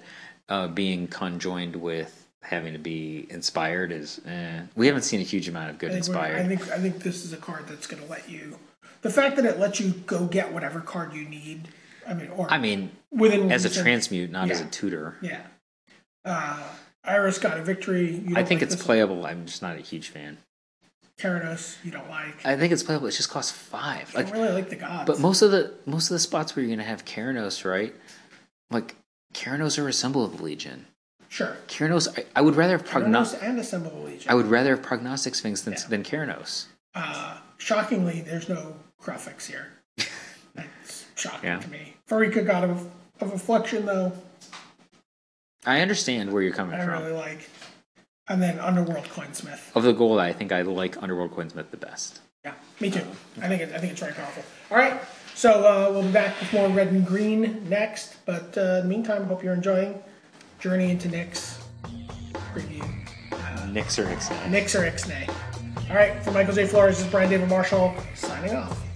Speaker 2: uh, being conjoined with having to be inspired is. Eh. We haven't seen a huge amount of good
Speaker 3: I think, we're-
Speaker 2: inspired.
Speaker 3: I think I think this is a card that's going to let you. The fact that it lets you go get whatever card you need. I mean, or
Speaker 2: I mean,
Speaker 3: within
Speaker 2: as a
Speaker 3: reason.
Speaker 2: transmute, not as a
Speaker 3: Yeah.
Speaker 2: tutor.
Speaker 3: Yeah. Uh, Iris got a victory. You
Speaker 2: I
Speaker 3: don't
Speaker 2: think
Speaker 3: like
Speaker 2: it's
Speaker 3: this.
Speaker 2: playable. I'm just not a huge fan.
Speaker 3: Gyarados. You don't like. I,
Speaker 2: I think it's playable. It just costs five. Like,
Speaker 3: really like the gods.
Speaker 2: but most of the most of the spots where you're gonna have Keranos, right? Like Keranos are a symbol of the Legion.
Speaker 3: sure.
Speaker 2: Keranos, I, I would rather have prognos.
Speaker 3: Gyarados and Assemble the Legion.
Speaker 2: I would rather have prognostic sphinx than
Speaker 3: Yeah.
Speaker 2: than Keranos.
Speaker 3: Uh, shockingly, there's no Crufix here. That's shocking
Speaker 2: Yeah.
Speaker 3: to me. Farika got of, of Affliction, though,
Speaker 2: I understand where you're coming
Speaker 3: I
Speaker 2: from.
Speaker 3: really like. And then Underworld Coinsmith.
Speaker 2: Of the gold, I think I like Underworld Coinsmith the best.
Speaker 3: Yeah, me too. I think it, I think it's very powerful. All right, so uh, we'll be back with more red and green next. But uh, in the meantime, hope you're enjoying Journey into Nyx preview.
Speaker 2: Nix or Nix.
Speaker 3: Nyx or Ixnay. All right, for Michael J. Flores, this is Brian David Marshall signing off.